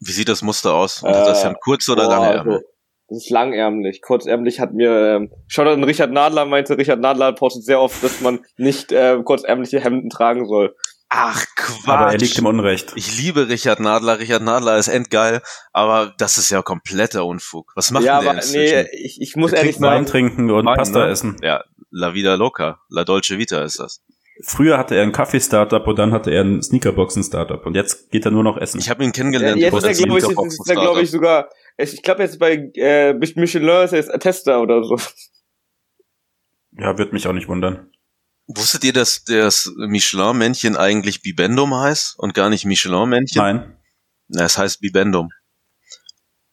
C: Wie sieht das Muster aus? Und
D: Äh,
C: hat das Hemd kurz oder
D: Boah,
C: lange
D: also,
C: Ärmel?
D: Das ist langärmlich. Kurzärmlich hat mir, ähm, schaut an Richard Nadler, meinte Richard Nadler postet sehr oft, dass man nicht äh, kurzärmliche Hemden tragen soll.
C: Ach
B: Aber er liegt
C: Quatsch.
B: im Unrecht.
C: Ich liebe Richard Nadler. Richard Nadler ist endgeil, aber das ist ja kompletter Unfug. Was macht
D: ja,
C: denn der
D: aber nee,
C: inzwischen?
D: ich, ich muss
B: Er
D: ehrlich
B: kriegt Wein
D: sagen,
B: trinken und
C: Wein,
B: Pasta
C: ne?
B: essen.
C: Ja, La Vida Loca, La Dolce Vita ist das.
B: Früher hatte er ein Kaffee-Startup und dann hatte er ein Sneakerboxen-Startup und jetzt geht er nur noch essen.
C: Ich habe ihn
D: ja,
C: kennengelernt.
D: äh, jetzt
C: wo
D: ist er,
C: das
D: glaube ich,
C: Interbox
D: jetzt ist er, glaub
C: startet.
D: ich, sogar, ich glaube jetzt bei äh, Michelin ist er jetzt Tester oder so.
B: ja, wird mich auch nicht wundern.
C: Wusstet ihr, dass das Michelin-Männchen eigentlich Bibendum heißt und gar nicht Michelin-Männchen?
B: Nein.
C: Na, es heißt Bibendum.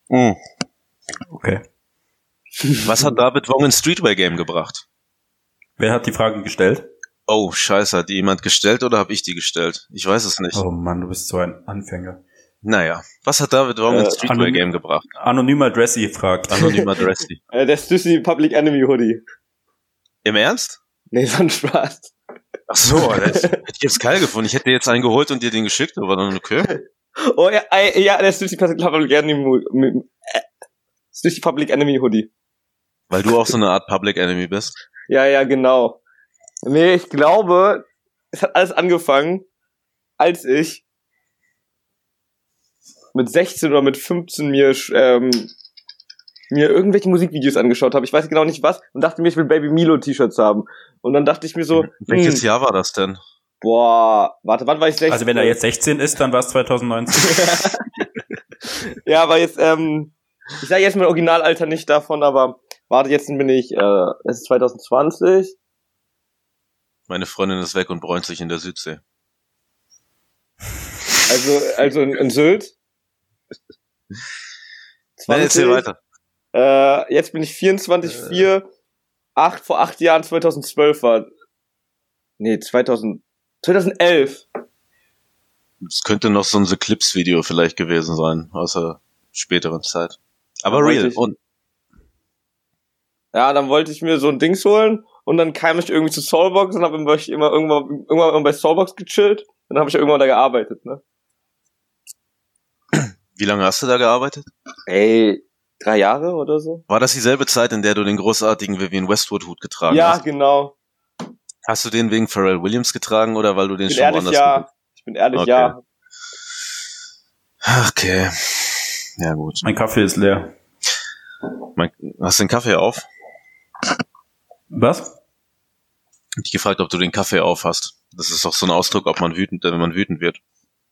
B: Mhm. Okay.
C: Was hat David Wong ins Streetwear Game gebracht?
B: Wer hat die Frage gestellt?
C: Oh, scheiße, hat die jemand gestellt oder habe ich die gestellt? Ich weiß es nicht.
B: Oh Mann, du bist so ein Anfänger.
C: Naja, was hat David Wong
D: Äh,
C: ins Streetwear
B: anonym-
C: Game gebracht?
B: Anonymer Dressy fragt. Also,
C: Anonymer Dressy.
D: Äh, der Stussy Public Enemy Hoodie.
C: Im Ernst?
D: Nee, so ein Spaß.
C: Ach so, das hätte ich jetzt geil gefunden. Ich hätte dir jetzt einen geholt und dir den geschickt, aber dann okay.
D: Oh ja, äh, ja der Stussy Public Enemy Hoodie. Äh, Stussy Public Enemy Hoodie.
C: Weil du auch so eine Art Public Enemy bist.
D: Ja, ja, genau. Nee, ich glaube, es hat alles angefangen, als ich mit 16 oder mit 15 mir, ähm, mir irgendwelche Musikvideos angeschaut habe. Ich weiß genau nicht was und dachte mir, ich will Baby Milo T-Shirts haben. Und dann dachte ich mir so,
C: Welches
D: hm,
C: Jahr war das denn?
D: boah, warte, wann war ich 16?
B: Also wenn er jetzt 16 ist, dann war es 2019.
D: Ja, aber jetzt, ähm, ich sage jetzt mein Originalalter nicht davon, aber warte, jetzt bin ich, äh, es ist 2020.
C: Meine Freundin ist weg und bräunt sich in der Südsee.
D: Also, also in, in Sylt.
C: Nein, erzähl
D: 20.
C: weiter. Äh.
D: Äh, jetzt bin ich 24, 4, 8, vor 8 Jahren, 2012 war. Nee, 2000, 2011.
C: Es könnte noch so ein The Clips-Video vielleicht gewesen sein, aus der späteren Zeit. Aber
D: Ja,
C: real.
D: wollte ich-
C: Und
D: Ja, dann wollte ich mir so ein Dings holen und dann kam ich irgendwie zu Soulbox und habe immer, immer irgendwann, irgendwann bei Soulbox gechillt. Dann habe ich irgendwann da gearbeitet, ne?
C: wie lange hast du da gearbeitet?
D: Ey, drei Jahre oder so?
C: War das dieselbe Zeit, in der du den großartigen Vivian Westwood-Hut getragen
D: ja,
C: hast?
D: genau.
C: Hast du den wegen Pharrell Williams getragen oder weil du den
D: Ich bin
C: schon
D: ehrlich,
C: woanders
D: ja. Ich bin ehrlich,
C: Okay.
D: ja.
C: Ach, Okay. Ja gut.
B: mein Kaffee ist leer.
C: Mein, hast du den Kaffee auf?
B: Was?
C: Hab Ich gefragt, ob du den Kaffee auf hast. Das ist doch so ein Ausdruck, ob man wütend, wenn man wütend wird.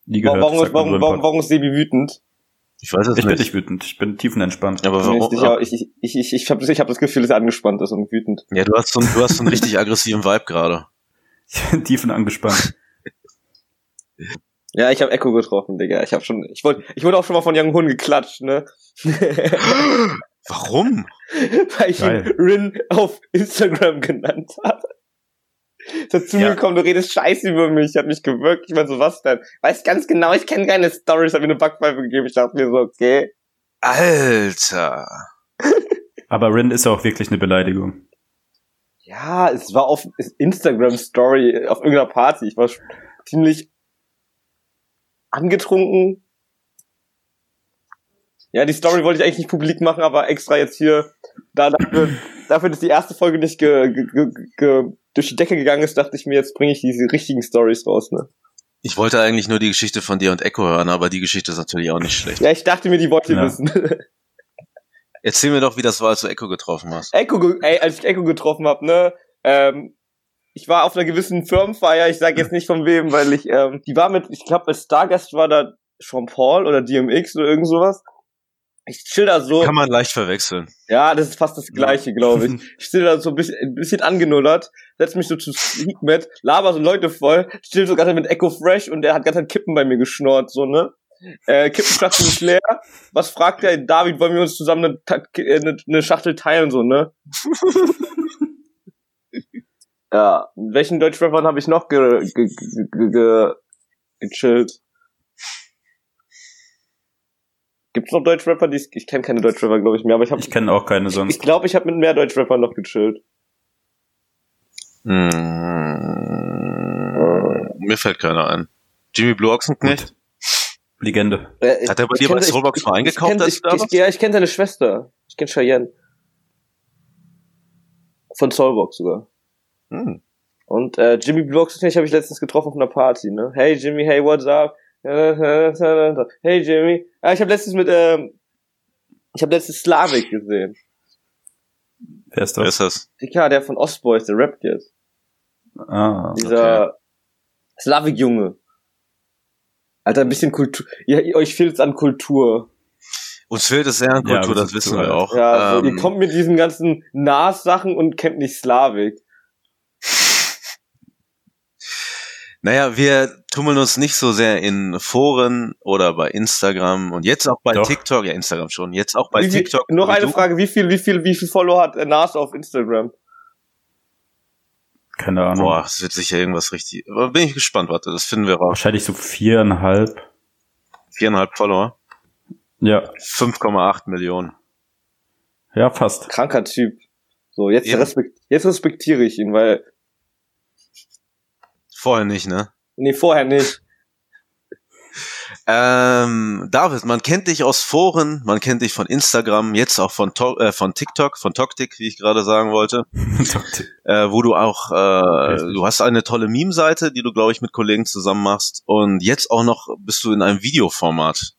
B: Nie gehört.
D: Warum,
B: sagt man
D: ist- warum,
B: nur im
D: warum,
B: Podcast.
D: warum ist Sebi wütend?
C: Ich weiß es
B: Ich bin
C: nicht.
B: nicht wütend. Ich bin tiefenentspannt.
C: Aber
D: Mir ist
C: warum?
B: oh,
D: nicht, aber ich ich, ich, ich, ich habe das, ich hab das Gefühl, dass er angespannt ist und wütend.
C: Ja, du hast so einen, du hast so einen richtig aggressiven Vibe gerade.
B: Ich bin tiefen angespannt.
D: Ja, ich habe Echo getroffen, Digga. Ich habe schon, ich wollte, ich wurde auch schon mal von Young Hun geklatscht, ne?
C: Warum?
D: Weil ich
B: Geil.
D: ihn Rin auf Instagram genannt habe. Ist er zu
B: Ja.
D: mir gekommen, du redest scheiße über mich, hat mich gewirkt. Ich meine, so was denn? Weiß ganz genau, ich kenne keine Stories, hat mir eine Backpfeife gegeben. Ich dachte mir so, okay.
C: Alter.
B: Aber Rin ist auch wirklich eine Beleidigung.
D: Ja, es war auf Instagram Story auf irgendeiner Party. Ich war sch- ziemlich angetrunken. Ja, die Story wollte ich eigentlich nicht publik machen, aber extra jetzt hier da dafür dafür, dass die erste Folge nicht ge, ge, ge, ge, durch die Decke gegangen ist, dachte ich mir, jetzt bringe ich diese richtigen Stories raus. Ne?
C: Ich wollte eigentlich nur die Geschichte von dir und Echo hören, aber die Geschichte ist natürlich auch nicht schlecht.
D: Ja, ich dachte mir, die wollt ihr
B: Ja.
D: wissen.
C: Erzähl mir doch, wie das war, als du Echo getroffen hast.
D: Echo, ge- ey, als ich Echo getroffen hab, ne, ähm, ich war auf einer gewissen Firmenfeier, ich sage jetzt nicht von wem, weil ich, ähm, die war mit, ich glaube, als Stargast war da Sean Paul oder DMX oder irgend sowas. Ich chill da so.
C: Kann man leicht verwechseln.
D: Ja, das ist fast das Gleiche, glaube ich. Ich stehe da so ein bisschen, ein bisschen angenullert, setz mich so zu Hikmet, laber so Leute voll, still so ganz mit Echo Fresh und der hat ganz Zeit Kippen bei mir geschnorrt, so, ne? Äh, Kippenschachtel ist leer. Was fragt der David, wollen wir uns zusammen eine, Ta- äh, eine, eine Schachtel teilen, so, ne? ja, welchen Deutschrappern habe ich noch ge, ge, ge, ge, ge, gechillt? Gibt's noch Deutschrapper, die ich, ich kenne keine Deutschrapper, glaube ich, mehr, aber ich habe
B: Ich kenne auch keine
D: ich
B: sonst.
D: glaube, ich habe mit mehr Deutschrappern noch gechillt.
C: Hm, mir fällt keiner ein. Jimmy Blue Ochsenknecht?
B: Legende.
D: Äh,
C: Hat er bei dir bei Starbucks mal eingekauft, als
D: Ich,
C: du da
D: ich,
C: warst?
D: ich, ja, ich kenne seine Schwester. Ich kenne Cheyenne. Von Soulbox sogar.
C: Hm.
D: Und äh, Jimmy Blocks habe ich letztens getroffen auf einer Party. Ne? Hey Jimmy, hey, what's up? Hey Jimmy. Ah, ich habe letztens mit, ähm, ich habe letztens Slavik gesehen.
B: Wer ist
C: Wer
B: das?
C: ist das?
D: Dicker, der von Ostboys, der rappt jetzt.
B: Ah.
D: Dieser Slavik-Junge. Alter, ein bisschen Kultur. Ihr, euch fehlt's an Kultur.
C: Uns fehlt es sehr an
B: Ja,
C: Kultur,
B: wir
C: das
B: sind
C: wissen
B: zu
C: wir
B: alt.
C: auch.
D: Ja, also
C: Ähm,
D: ihr kommt mit diesen ganzen Nas-Sachen und kennt nicht Slavik.
C: Naja, wir tummeln uns nicht so sehr in Foren oder bei Instagram und jetzt auch bei
B: Doch.
C: TikTok, ja Instagram schon, jetzt auch bei
D: Wie viel-
C: TikTok.
D: Noch
C: wie
D: eine
C: du.
D: Frage, wie viel, wie viel, wie viel Follower hat äh, Nas auf Instagram?
B: Keine Ahnung.
C: Boah, es wird sicher irgendwas richtig. Aber Bin ich gespannt, warte, das finden wir raus.
B: Wahrscheinlich so viereinhalb.
C: Viereinhalb Follower,
B: Ja,
C: 5,8 Millionen.
B: ja, fast.
D: Kranker Typ. So, jetzt,
C: Ja.
D: respekt, jetzt respektiere ich ihn, weil,
C: Vorher nicht, ne?
D: nee, vorher nicht.
C: Ähm, David, man kennt dich aus Foren, man kennt dich von Instagram, jetzt auch von, To- äh, von TikTok, von Toktik, wie ich gerade sagen wollte, äh, wo du auch, äh,
B: Richtig.
C: du hast eine tolle Meme-Seite, die du, glaube ich, mit Kollegen zusammen machst und jetzt auch noch bist du in einem Videoformat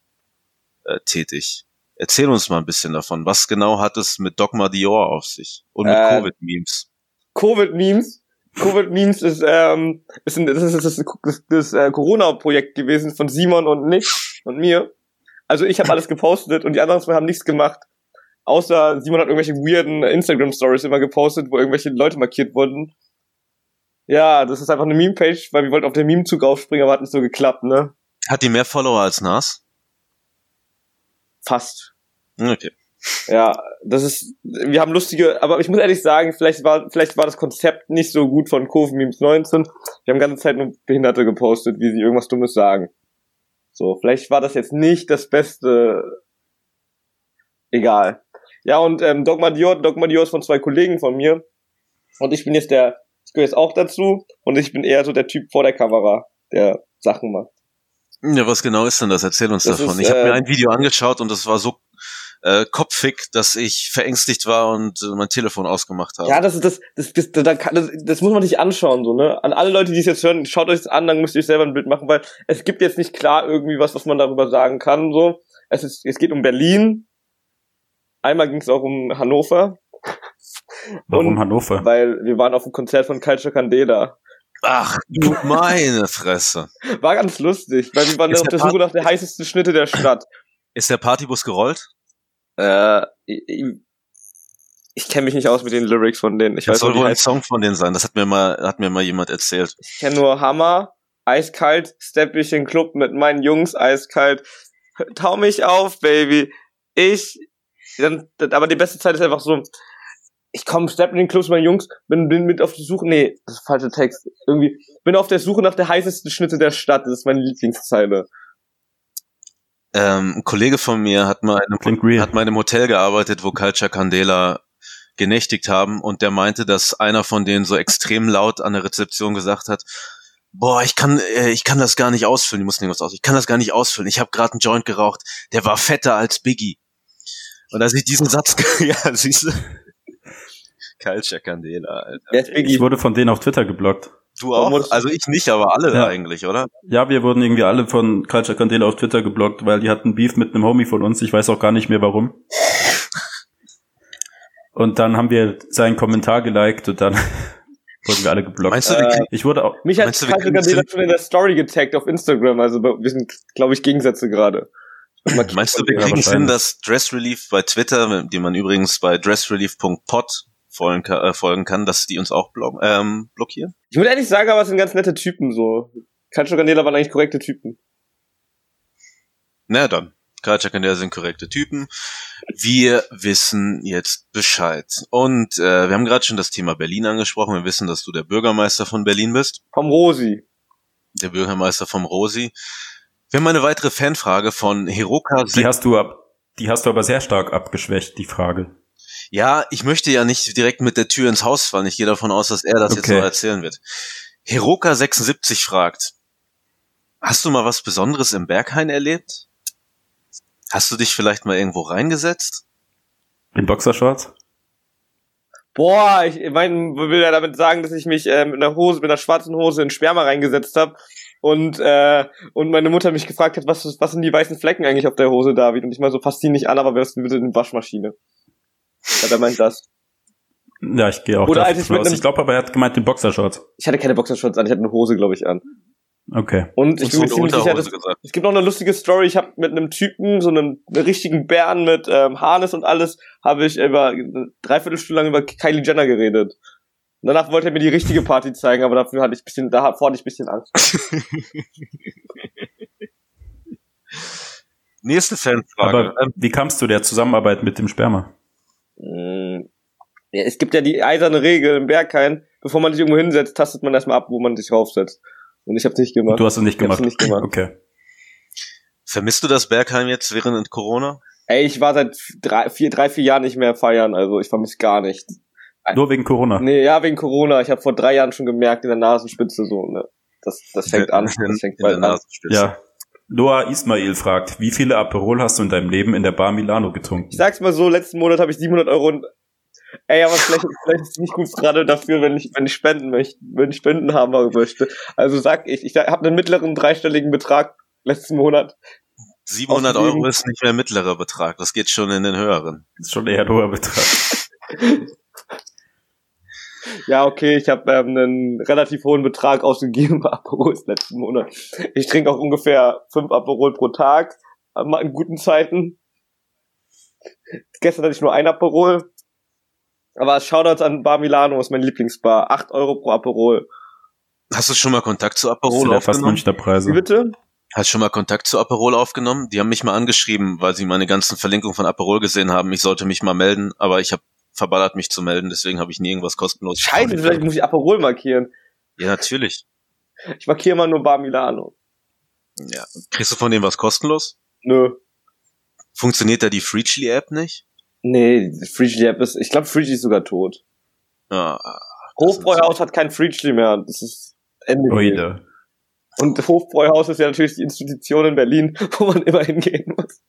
C: äh, tätig. Erzähl uns mal ein bisschen davon. Was genau hat es mit Dogma Dior auf sich und mit
D: Äh,
C: Covid-Memes?
D: Covid-Memes. Covid-Memes ist, ähm, ist ein, das ist das, ist das, das äh, Corona-Projekt gewesen von Simon und Nick und mir. Also ich habe alles gepostet und die anderen zwei haben nichts gemacht. Außer Simon hat irgendwelche weirden Instagram-Stories immer gepostet, wo irgendwelche Leute markiert wurden. Ja, das ist einfach eine Meme-Page, weil wir wollten auf den Meme-Zug aufspringen, aber hat nicht so geklappt, ne?
C: Hat die mehr Follower als Nas?
D: Fast.
C: Okay.
D: Ja, das ist, wir haben lustige, aber ich muss ehrlich sagen, vielleicht war, vielleicht war das Konzept nicht so gut von Kurven Memes 19. Wir haben ganze Zeit nur Behinderte gepostet, wie sie irgendwas Dummes sagen. So, vielleicht war das jetzt nicht das Beste. Egal. Ja, und ähm, Dogma Dior, Dogma Dior ist von zwei Kollegen von mir. Und ich bin jetzt der, ich gehöre jetzt auch dazu. Und ich bin eher so der Typ vor der Kamera, der Sachen macht.
C: Ja, was genau ist denn das? Erzähl uns
D: Das
C: davon.
D: ist,
C: ich habe
D: äh,
C: mir ein Video angeschaut und das war so äh, kopfig, dass ich verängstigt war und äh, mein Telefon ausgemacht habe.
D: Ja, das ist das, das, das, da kann, das, das muss man sich anschauen, so, ne? An alle Leute, die es jetzt hören, schaut euch das an, dann müsst ihr euch selber ein Bild machen, weil es gibt jetzt nicht klar irgendwie was, was man darüber sagen kann, so. Es ist, es geht um Berlin. Einmal ging es auch um Hannover,
B: Warum
D: Und-
B: Hannover?
D: weil wir waren auf dem Konzert von Culture Candela.
C: Ach, du meine Fresse.
D: War ganz lustig, weil wir waren
C: Ist
D: auf
C: der
D: der Suche nach der heißesten Schnitte der Stadt.
C: Ist der Partybus gerollt?
D: Äh, ich, ich- ich kenne mich nicht aus mit den Lyrics von denen. Ich
C: Das
D: weiß
C: soll
D: nicht, also
C: wohl
D: wie
C: ein
D: heißt.
C: Song von denen sein. Das hat mir mal, hat mir mal jemand erzählt.
D: Ich kenne nur Hammer, eiskalt, stepp ich in den Club mit meinen Jungs, eiskalt. Tau mich auf, Baby. Ich, dann, dann, aber die beste Zeit ist einfach so, ich komm, stepp in den Club mit meinen Jungs, bin, bin mit auf der Suche, nee, das ist falscher Text, irgendwie, bin auf der Suche nach der heißesten Schnitte der Stadt, das ist meine Lieblingszeile.
C: Ähm, ein Kollege von mir hat mal, in einem,
B: Klingt real.
C: hat mal in einem Hotel gearbeitet, wo Culture Candela genächtigt haben und der meinte, dass einer von denen so extrem laut an der Rezeption gesagt hat, boah, ich kann, äh, ich kann das gar nicht ausfüllen, die mussten irgendwas aus, ich kann das gar nicht ausfüllen, ich habe gerade einen Joint geraucht, der war fetter als Biggie. Und als ich diesen Satz, ja, siehst du, Culture Candela, Alter.
D: Wer ist
B: Ich
D: Biggie?
B: wurde von denen auf Twitter geblockt.
C: Du
D: Warum
C: auch?
D: wurdest du-
C: Also ich nicht, aber alle
B: Ja.
C: eigentlich, oder?
B: Ja, wir wurden irgendwie alle von Culture Candela auf Twitter geblockt, weil die hatten Beef mit einem Homie von uns. Ich weiß auch gar nicht mehr warum. Und dann haben wir seinen Kommentar geliked und dann wurden wir alle geblockt.
C: Meinst du,
D: Äh,
C: wir kriegen,
B: ich wurde auch,
D: Mich hat
C: Meinst du, wir
D: Kaiser
C: kriegen es
D: Gandela
C: hin?
D: schon in der Story getaggt auf Instagram. Also wir sind, glaube ich, Gegensätze gerade.
C: meinst du, wir
B: Ja,
C: kriegen es hin,
B: wahrscheinlich.
C: dass Dress Relief bei Twitter, die man übrigens bei dressrelief.pod folgen, ka- äh, folgen kann, dass die uns auch blo ähm, blockieren?
D: Ich würde ehrlich sagen, aber es sind ganz nette Typen so. Kaiser Gandela waren eigentlich korrekte Typen.
C: Na dann. Culture Candela sind korrekte Typen. Wir wissen jetzt Bescheid. Und äh, wir haben gerade schon das Thema Berlin angesprochen. Wir wissen, dass du der Bürgermeister von Berlin bist.
D: Vom Rosi.
C: der Bürgermeister vom Rosi. Wir haben eine weitere Fanfrage von Hiroka.
B: die
C: Se-
B: hast du ab, die hast du aber sehr stark abgeschwächt, die Frage.
C: Ja, ich möchte ja nicht direkt mit der Tür ins Haus fallen. Ich gehe davon aus, dass er das jetzt
B: Okay.
C: noch erzählen wird. Hiroka 76 fragt, hast du mal was Besonderes im Berghain erlebt? Hast du dich vielleicht mal irgendwo reingesetzt?
B: In Boxershorts?
D: Boah, ich mein, will ja damit sagen, dass ich mich äh, mit einer Hose, mit einer schwarzen Hose in Sperma reingesetzt habe und äh, und meine Mutter mich gefragt hat, was was sind die weißen Flecken eigentlich auf der Hose, David? Und ich mal so passt die nicht an, aber wer ist denn bitte eine Waschmaschine? Ja, der meint das.
B: Ja, ich gehe auch
D: Oder
B: davon
D: als ich mit
B: aus.
D: einem-
B: Ich glaube aber, er hat gemeint in Boxershorts.
D: Ich hatte keine Boxershorts an, ich hatte eine Hose, glaube ich, an.
B: Okay.
D: Und ich
C: Uns
D: bin mir
C: wurde
D: ziemlich sicher,
C: Unterhose
D: dass
C: gesagt.
D: Es gibt noch eine lustige Story. Ich habe mit einem Typen, so einem, einem richtigen Bären mit ähm, Harness und alles, habe ich über eine Dreiviertelstunde lang über Kylie Jenner geredet. Und danach wollte er mir die richtige Party zeigen, aber dafür hatte ich ein bisschen, davor hatte ich ein bisschen Angst.
C: Nächste Fanfrage.
B: Aber ähm,
D: ähm,
B: wie kamst du der Zusammenarbeit mit dem Sperma?
D: Mm. Ja, es gibt ja die eiserne Regel im Berghain, bevor man sich irgendwo hinsetzt, tastet man erstmal ab, wo man sich raufsetzt. Und ich habe nicht gemacht.
B: Du hast es nicht
D: Ich hab's
B: gemacht.
D: nicht gemacht.
B: Okay.
C: Vermisst du das Berghain jetzt während Corona?
D: Ey, ich war seit drei, vier, drei, vier Jahren nicht mehr feiern, also ich vermisse gar nichts.
B: Nur wegen Corona.
D: Nee, ja, wegen Corona. Ich habe vor drei Jahren schon gemerkt, in der Nasenspitze so, ne? Das, das fängt an. Das fängt
C: In der
D: bald an.
C: Nasenspitze.
B: Ja. Noah Ismail fragt, wie viele Aperol hast du in deinem Leben in der Bar Milano getrunken?
D: Ich sag's mal so, letzten Monat habe ich 700 Euro und Ey, aber vielleicht, vielleicht ist es nicht gut gerade dafür, wenn ich, wenn ich spenden möchte, wenn ich Spenden haben möchte. Also sag ich, ich habe einen mittleren dreistelligen Betrag letzten Monat.
C: 700
D: Ausgegeben.
C: Euro ist nicht mehr mittlerer Betrag. Das geht schon in den höheren.
B: Das ist schon eher ein hoher Betrag.
D: Ja, okay, ich habe ähm, einen relativ hohen Betrag ausgegeben bei Aperols letzten Monat. Ich trinke auch ungefähr fünf Aperol pro Tag, ähm, in guten Zeiten. Gestern hatte ich nur ein Aperol. Aber Shoutouts an Bar Milano, ist mein Lieblingsbar. Acht Euro pro Aperol.
C: Hast du schon mal Kontakt zu
B: Das sind
C: Aperol
B: ja fast
C: aufgenommen?
B: Münchner
D: Wie
B: Preise.
D: bitte?
C: Hast schon mal Kontakt zu Aperol aufgenommen? Die haben mich mal angeschrieben, weil sie meine ganzen Verlinkungen von Aperol gesehen haben. Ich sollte mich mal melden, aber ich habe verballert mich zu melden, deswegen habe ich nie irgendwas kostenlos.
D: Scheiße, vielleicht muss ich Aperol markieren.
C: Ja, natürlich.
D: Ich markiere mal nur Bar Milano.
C: Ja. Kriegst du von denen was kostenlos?
D: Nö.
C: Funktioniert da die Free Chili App nicht?
D: Nee, Freechly App ist, ich glaube, Freechly ist sogar tot.
C: Ja,
D: Hofbräuhaus hat kein Freechly mehr. Das ist Ende. gewesen.
B: Oide.
D: Und Hofbräuhaus ist ja natürlich die Institution in Berlin, wo man immer hingehen muss.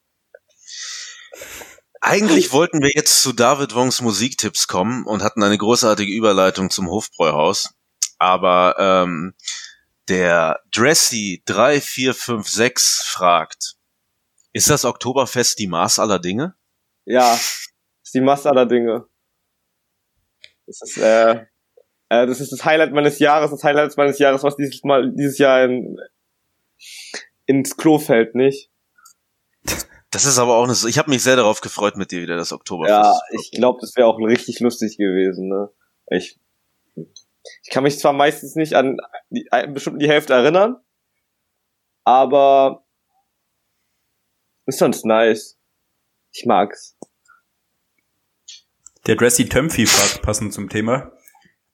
C: Eigentlich wollten wir jetzt zu David Wongs Musiktipps kommen und hatten eine großartige Überleitung zum Hofbräuhaus. Aber ähm, der Dressy3456 fragt, ist das Oktoberfest die Maß aller Dinge?
D: Ja, ist die Masse aller Dinge. Das ist, äh, äh, das ist das Highlight meines Jahres, das Highlight meines Jahres, was dieses Mal, dieses Jahr in, ins Klo fällt, nicht?
C: Das ist aber auch eine... Ich habe mich sehr darauf gefreut mit dir wieder, das Oktoberfest.
D: Ja, ich glaube, das wäre auch richtig lustig gewesen. Ne? Ich, ich kann mich zwar meistens nicht an die, an bestimmt die Hälfte erinnern, aber ist sonst nice. Ich mag's.
B: Der Dressy Tömpfi fragt passend zum Thema.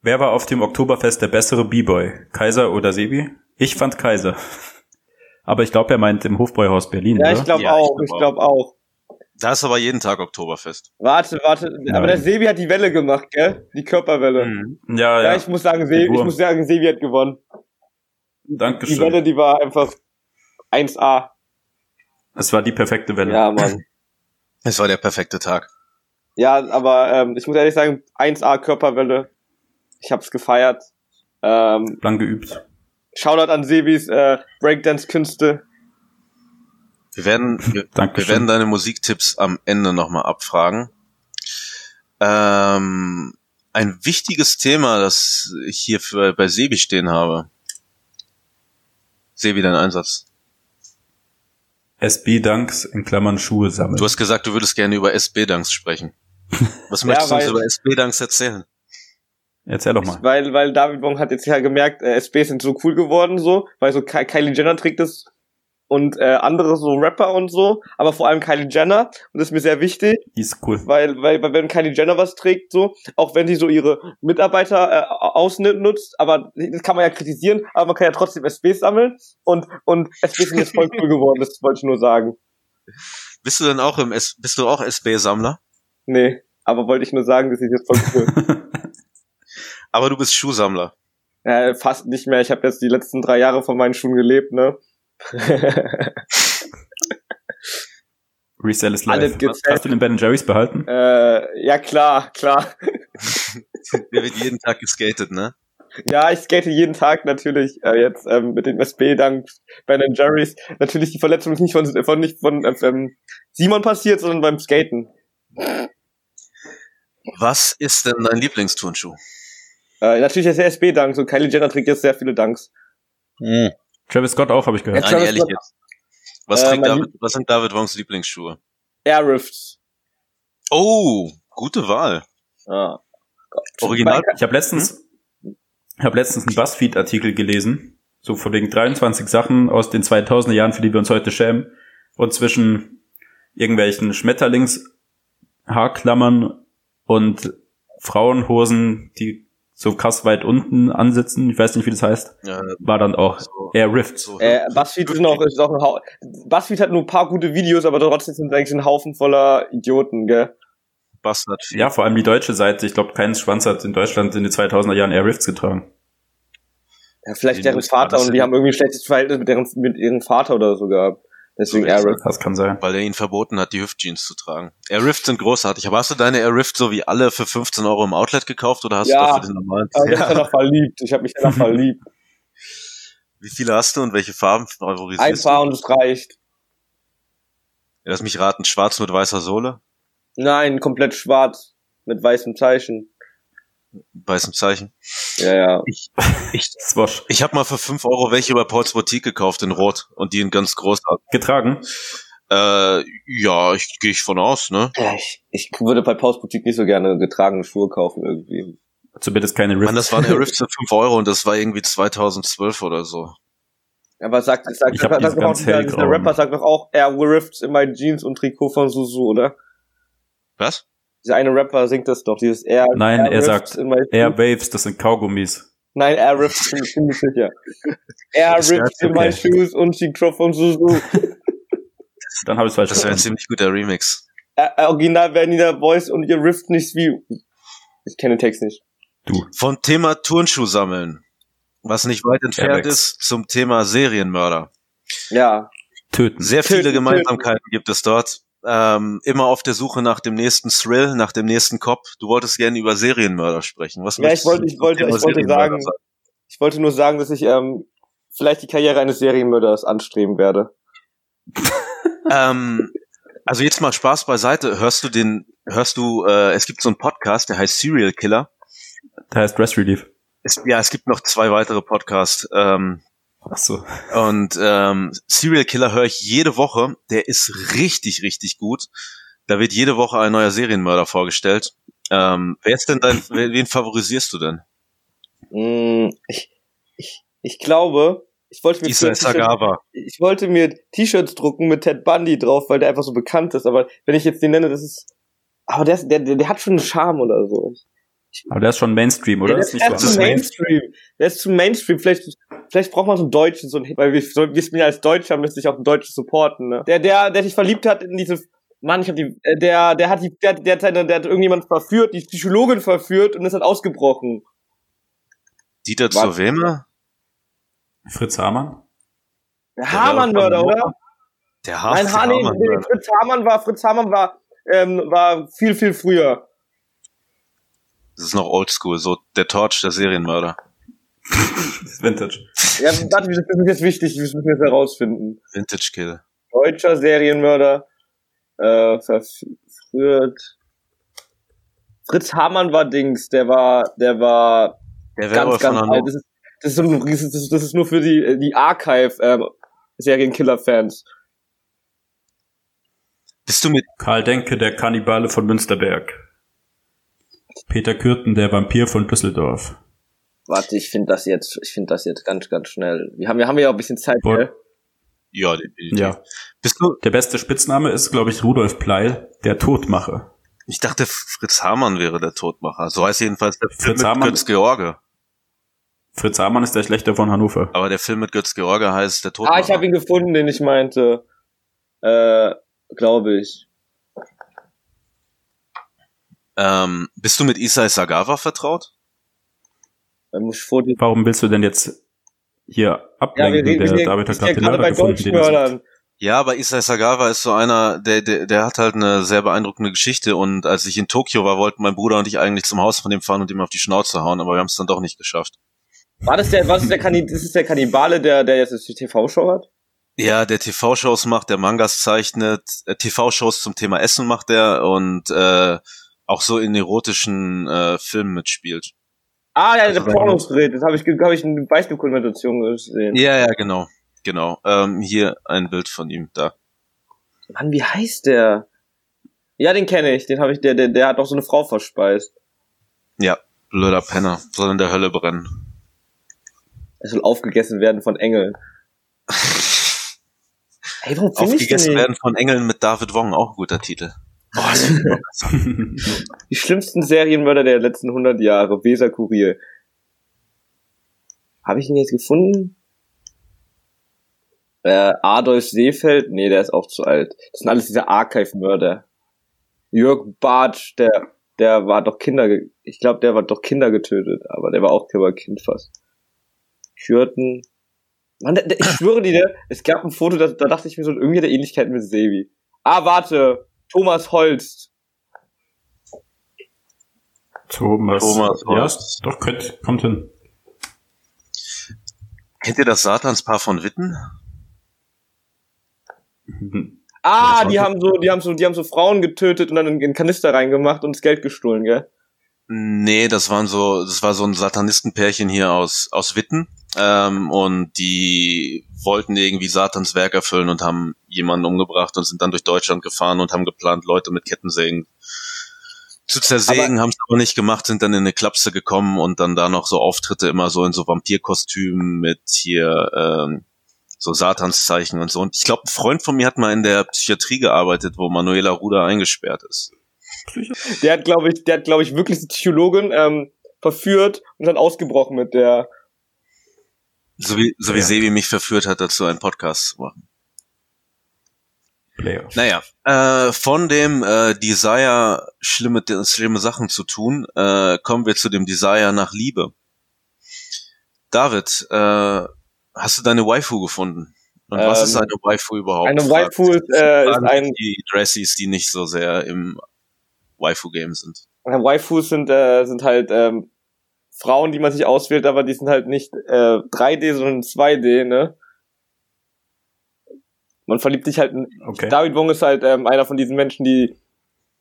B: Wer war auf dem Oktoberfest der bessere B-Boy? Kaiser oder Sebi? Ich fand Kaiser. Aber ich glaube, er meint im Hofbräuhaus Berlin,
D: Ja,
B: oder?
D: ich glaube
C: Ja, ich
D: auch.
C: glaub
D: Ich glaube auch.
C: Da ist aber jeden Tag Oktoberfest.
D: Warte, warte. Aber
B: Nein.
D: der Sebi hat die Welle gemacht, gell? Die Körperwelle.
C: Hm. Mhm.
B: ja,
D: Ja,
B: ja.
D: ich muss sagen, Sebi, ich
B: Wurm.
D: muss sagen, Sebi hat gewonnen. Die Welle,
B: Dankeschön.
D: die war einfach 1A.
B: Es war die perfekte Welle.
D: Ja, Mann.
C: Es war der perfekte Tag.
D: Ja, aber ähm, ich muss ehrlich sagen, 1A Körperwelle. Ich hab's gefeiert. Ähm,
B: Lang geübt.
D: Shoutout an Sebis äh, Breakdance-Künste.
C: Wir werden, wir, wir
B: Dankeschön.
C: werden deine Musiktipps am Ende nochmal abfragen. Ähm, ein wichtiges Thema, das ich hier für, bei Sebi stehen habe. Sebi, dein Einsatz.
B: SB-Dunks in Klammern Schuhe sammeln.
C: Du hast gesagt, du würdest gerne über SB-Dunks sprechen. Was möchtest du uns
D: weil-
C: über SB-Dunks erzählen?
B: Erzähl doch mal.
D: Weil, weil David Wong hat jetzt ja gemerkt, äh, SBs sind so cool geworden, so, weil so Ki- Kylie Jenner trägt es und äh, andere so Rapper und so, aber vor allem Kylie Jenner und das ist mir sehr wichtig,
B: Die ist cool.
D: weil, weil, weil wenn Kylie Jenner was trägt, so, auch wenn sie so ihre Mitarbeiter äh, ausnutzt, aber das kann man ja kritisieren, aber man kann ja trotzdem SBs sammeln und, und SBs sind jetzt voll cool geworden, das wollte ich nur sagen.
C: Bist du denn auch im S bist du auch SB-Sammler?
D: Nee, aber wollte ich nur sagen, das ist jetzt voll cool.
C: Aber du bist Schuhsammler.
D: äh, fast nicht mehr, ich habe jetzt die letzten drei Jahre von meinen Schuhen gelebt, ne?
B: Resell is
D: Alles
B: live.
D: gezählt.
B: Hast du den Ben Jerry's behalten?
D: Äh, ja, klar, klar.
C: Der wird jeden Tag geskatet, ne?
D: Ja, ich skate jeden Tag natürlich äh, jetzt ähm, mit dem SB dank Ben Jerry's. Natürlich die Verletzung ist nicht von, von, nicht von äh, ähm, Simon passiert, sondern beim Skaten.
C: Was ist denn dein Lieblingsturnschuh?
D: Äh, natürlich ist der SB dank so Kylie Jenner trägt jetzt sehr viele Danks.
C: Hm.
B: Travis Scott auch, habe ich gehört.
D: Ja.
C: Nein,
D: Travis
C: ehrlich
D: Scott.
C: jetzt. Was,
D: Äh,
C: trägt
D: mein
C: David, was sind David Wongs Lieblingsschuhe?
D: Air Rifts.
C: Oh, gute Wahl.
D: Ja.
C: Original.
B: Ich habe letztens,
D: Hm?
B: ich hab letztens einen Buzzfeed-Artikel gelesen, so von den 23 Sachen aus den 2000er Jahren, für die wir uns heute schämen. Und zwischen irgendwelchen Schmetterlingshaarklammern und Frauenhosen, die so krass weit unten ansitzen, ich weiß nicht, wie das heißt,
C: Ja,
B: war dann auch
C: so,
B: Air Rift.
C: äh, so.
D: Äh, Buzzfeed ist noch, ist auch ein Hau Buzzfeed hat nur ein paar gute Videos, aber trotzdem sind eigentlich ein Haufen voller Idioten, gell?
C: Bastard.
B: Ja, vor allem die deutsche Seite. Ich glaube, kein Schwanz hat in Deutschland in den 2000er Jahren Air Rifts getragen.
D: Ja,
C: Die
D: vielleicht deren
C: Jungs waren
D: Vater
C: das
D: und die
C: ja-
D: haben irgendwie ein schlechtes Verhältnis mit deren, mit ihrem Vater oder so gehabt. Deswegen
C: So ist
D: Air Rifts.
B: Das kann sein.
C: Weil er ihn verboten hat, die Hüftjeans zu tragen. Air Rifts sind großartig. Aber hast du deine Air Rift so wie alle für 15 Euro im Outlet gekauft oder hast
D: Ja. genau.
C: du dafür den normalen?
D: Aber ich hab mich danach verliebt. Ich habe mich danach verliebt.
C: Wie viele hast du und welche Farben favorisierst
D: Ein Paar und es reicht.
C: du? Lass mich raten, schwarz mit weißer Sohle,
D: Nein, komplett schwarz. Mit weißem Zeichen.
C: weißem Zeichen.
D: Ja, ja.
B: Swosh.
C: Ich habe mal für 5 Euro welche bei Paul's Boutique gekauft in Rot und die in ganz großartig.
B: Getragen.
C: Äh, ja, ich gehe ich von aus, ne?
D: ja ich, ich würde bei Paus Boutique nicht so gerne getragene Schuhe kaufen irgendwie.
B: Zumindest keine Rift.
C: Mann, das waren Air Rifts für 5 Euro und das war irgendwie 2012 oder so.
D: Aber sagt, sagt,
B: Ich hab
D: sagt,
B: diese
D: doch auch
B: ganz
D: dieser, dieser
B: hellgrauen.
D: Rapper sagt doch auch, er Rifts in my Jeans und Trikot von Susu, oder?
C: Was?
D: Dieser eine Rapper singt das doch, dieses Air.
B: Nein,
D: Air
B: er
D: Rifts
B: sagt,
D: in my
B: Air
D: Jeans.
B: Waves, das sind Kaugummis.
D: Nein, Air Rifts, bin ich ziemlich sicher. Air
C: Das ist
D: Rifts in
B: okay.
D: my Shoes und Trikot von Susu.
B: Dann habe ich es falsch
C: Das wäre ein
B: verstanden.
C: ziemlich guter Remix.
D: Ä- äh, Original Vanilla Voice und ihr Rift nicht wie. Ich kenne den Text nicht.
C: Vom Thema Turnschuh sammeln, was nicht weit entfernt
B: Airbags.
C: ist, zum Thema Serienmörder.
D: Ja.
B: Töten.
C: Sehr viele
D: Töten,
C: Gemeinsamkeiten gibt es dort. Ähm, immer auf der Suche nach dem nächsten Thrill, nach dem nächsten Cop. Du wolltest gerne über Serienmörder sprechen. Was
D: Ja, ich
C: möchtest du
D: wollte- ich
C: zum
D: wollte-
C: Thema
D: ich wollte
C: Serienmörder
D: sagen- Ich wollte nur sagen, dass ich ähm, vielleicht die Karriere eines Serienmörders anstreben werde.
C: Ähm, also jetzt mal Spaß beiseite. Hörst du den, hörst du, äh, es gibt so einen Podcast, der heißt Serial Killer.
B: Da heißt Dress Relief.
C: Es, ja, es gibt noch zwei weitere Podcasts. Ähm,
B: Ach so.
C: Und ähm, Serial Killer höre ich jede Woche. Der ist richtig, richtig gut. Da wird jede Woche ein neuer Serienmörder vorgestellt. Ähm, wer ist denn dein, wen wen favorisierst du denn?
D: Mm, ich, ich, ich glaube, ich wollte mir
C: Isai
D: früher T-Shirts-
C: Sagawa.
D: ich wollte mir T-Shirts drucken mit Ted Bundy drauf, weil der einfach so bekannt ist. Aber wenn ich jetzt den nenne, das ist. Aber der, ist, der, der, der hat schon einen Charme oder so.
B: Aber der ist schon Mainstream, oder?
D: Der
B: Das
D: ist,
B: ist nicht so
D: der ist zu
B: anders.
D: Mainstream. Der ist zu Mainstream. Vielleicht, vielleicht braucht man so einen Deutschen, so einen, weil wir, so, wir spielen ja als Deutscher, müsste ich auch einen Deutschen supporten. Ne? Der, der, der sich verliebt hat in diese. Mann, ich hab die. äh, Der, der hat die, der, der, hat seine, der hat irgendjemand verführt, die Psychologin verführt und ist dann ausgebrochen.
C: Dieter
D: Warte.
C: Zoweme?
B: Fritz Hamann?
D: Der
C: war auch
D: Hamann-Mörder,
C: am
D: oder?
C: Der
D: Nein,
C: Hafen
D: Hamann, nee,
C: Hamann.
D: Fritz Hamann war, Fritz Hamann war ähm, war viel, viel früher.
C: Das ist noch oldschool, so der Torch der Serienmörder.
B: Das ist Vintage.
D: Ja, warte, das ist jetzt wichtig, das müssen wir jetzt herausfinden.
C: Vintage Kill.
D: Deutscher Serienmörder, äh, verführt. Fritz Hamann war Dings, der war, der war
C: Der
D: ganz,
C: Werwolf von
D: ganz alt.
C: Hannover.
D: Das ist, das ist, so ein- das ist, das ist nur für die, ähm, die Archive-Serienkiller-Fans.
C: Bist du mit
B: Karl Denke, der Kannibale von Münsterberg. Peter Kürten, der Vampir von Düsseldorf.
D: Warte, ich finde das jetzt, ich finde das jetzt ganz, ganz schnell. Wir haben, wir haben ja auch ein bisschen Zeit,
B: Woll-
D: gell?
C: Ja, definitiv. Bist du
B: Der beste Spitzname ist, glaube ich, Rudolf Pleil, der Todmacher.
C: Ich dachte Fritz Hamann wäre der Todmacher. So heißt jedenfalls der Film
B: Fritz
C: mit
B: Hamann-
C: Götz George,
B: Fritz Hamann ist der Schlechter von Hannover.
C: aber der Film mit Götz George heißt der Todmacher.
D: Ah, ich habe ihn gefunden, den ich meinte. Äh, glaube ich.
C: ähm, bist du mit Isai Sagawa vertraut?
D: Da muss ich vor die
B: Warum willst du denn jetzt hier
D: Ja, wir
B: ablenken?
D: reden, wir
B: der
D: reden,
B: David
D: wir
B: hat
D: sind ja
B: gerade den
D: gerade
B: Mörder
D: bei
B: gefunden,
D: deutschen
B: den er sucht.
D: Mördern.
C: Ja, aber Isai Sagawa ist so einer, der, der, der hat halt eine sehr beeindruckende Geschichte und als ich in Tokio war, wollten mein Bruder und ich eigentlich zum Haus von dem fahren und ihm auf die Schnauze hauen, aber wir haben es dann doch nicht geschafft.
D: War das der, war das der, Kanni, das ist der Kannibale, der, der jetzt die TV-Show hat?
C: Ja, der TV-Shows macht, der Mangas zeichnet, äh, TV-Shows zum Thema Essen macht er und äh, auch so in erotischen äh, Filmen mitspielt.
D: Ah, ja,
C: Das
D: der
C: war
D: Pornos dreht. Das habe ich, ge- hab ich eine Beispielkonvention gesehen.
C: Ja, ja, genau. Genau. Ähm, hier ein Bild von ihm da.
D: Mann, wie heißt der? Ja, den kenne ich. Den habe ich, der, der, der hat auch so eine Frau verspeist.
C: Ja, blöder Penner. Soll in der Hölle brennen.
D: Er soll aufgegessen werden von Engeln. Hey, warum finde ich den
C: Aufgegessen
D: nicht?
C: werden von Engeln mit David Wong, auch ein guter Titel. Boah, das
D: Die schlimmsten Serienmörder der letzten 100 Jahre. Weser Kurier. Habe ich ihn jetzt gefunden? Äh, Adolf Seefeld? Nee, der ist auch zu alt. Das sind alles diese Archive-Mörder. Jörg Bartsch, der, der war doch Kinder, ge- ich glaube, der war doch Kinder getötet, aber der war auch Kind fast. Kürten. Mann, der, der, ich schwöre dir, es gab ein Foto, da, da dachte ich mir so, irgendwie hat er Ähnlichkeit mit Sebi. Ah, warte, Thomas Holst.
B: Thomas.
C: Thomas,
B: Ja,
C: Thomas.
B: ist- doch, könnt, kommt hin.
C: Kennt ihr das Satanspaar von Witten?
D: Ah,
B: Das
D: die
B: war-
D: haben so, die haben so, die haben so Frauen getötet und dann in den Kanister reingemacht und das Geld gestohlen, gell?
C: Nee, das waren so, das war so ein Satanistenpärchen hier aus, aus Witten. Ähm, und die wollten irgendwie Satans Werk erfüllen und haben jemanden umgebracht und sind dann durch Deutschland gefahren und haben geplant, Leute mit Kettensägen zu zersägen, haben es aber nicht gemacht, sind dann in eine Klapse gekommen und dann da noch so Auftritte immer so in so Vampirkostümen mit hier ähm, so Satanszeichen und so. Und ich glaube, ein Freund von mir hat mal in der Psychiatrie gearbeitet, wo Manuela Ruder eingesperrt ist.
D: Der hat, glaube ich, der hat, glaube ich, wirklich die Psychologin ähm, verführt und dann ausgebrochen mit der.
C: So wie, so wie
B: Ja.
C: Sebi mich verführt hat, dazu einen Podcast zu machen.
B: Player.
C: Naja, äh, von dem äh, Desire, schlimme, schlimme Sachen zu tun, äh, kommen wir zu dem Desire nach Liebe. David, äh, hast du deine Waifu gefunden? Und was
D: Ähm,
C: ist eine Waifu überhaupt?
D: Eine
C: Fragt-
D: Waifu ist, äh, ist
C: fragen
D: ein,
C: die Dressies, die nicht so sehr im Waifu-Game sind.
D: eine Waifu sind, äh, sind halt ähm, Frauen, die man sich auswählt, aber die sind halt nicht äh, 3D, sondern 2D, ne? Man verliebt sich halt in
B: Okay.
D: David Wong ist halt ähm, einer von diesen Menschen, die,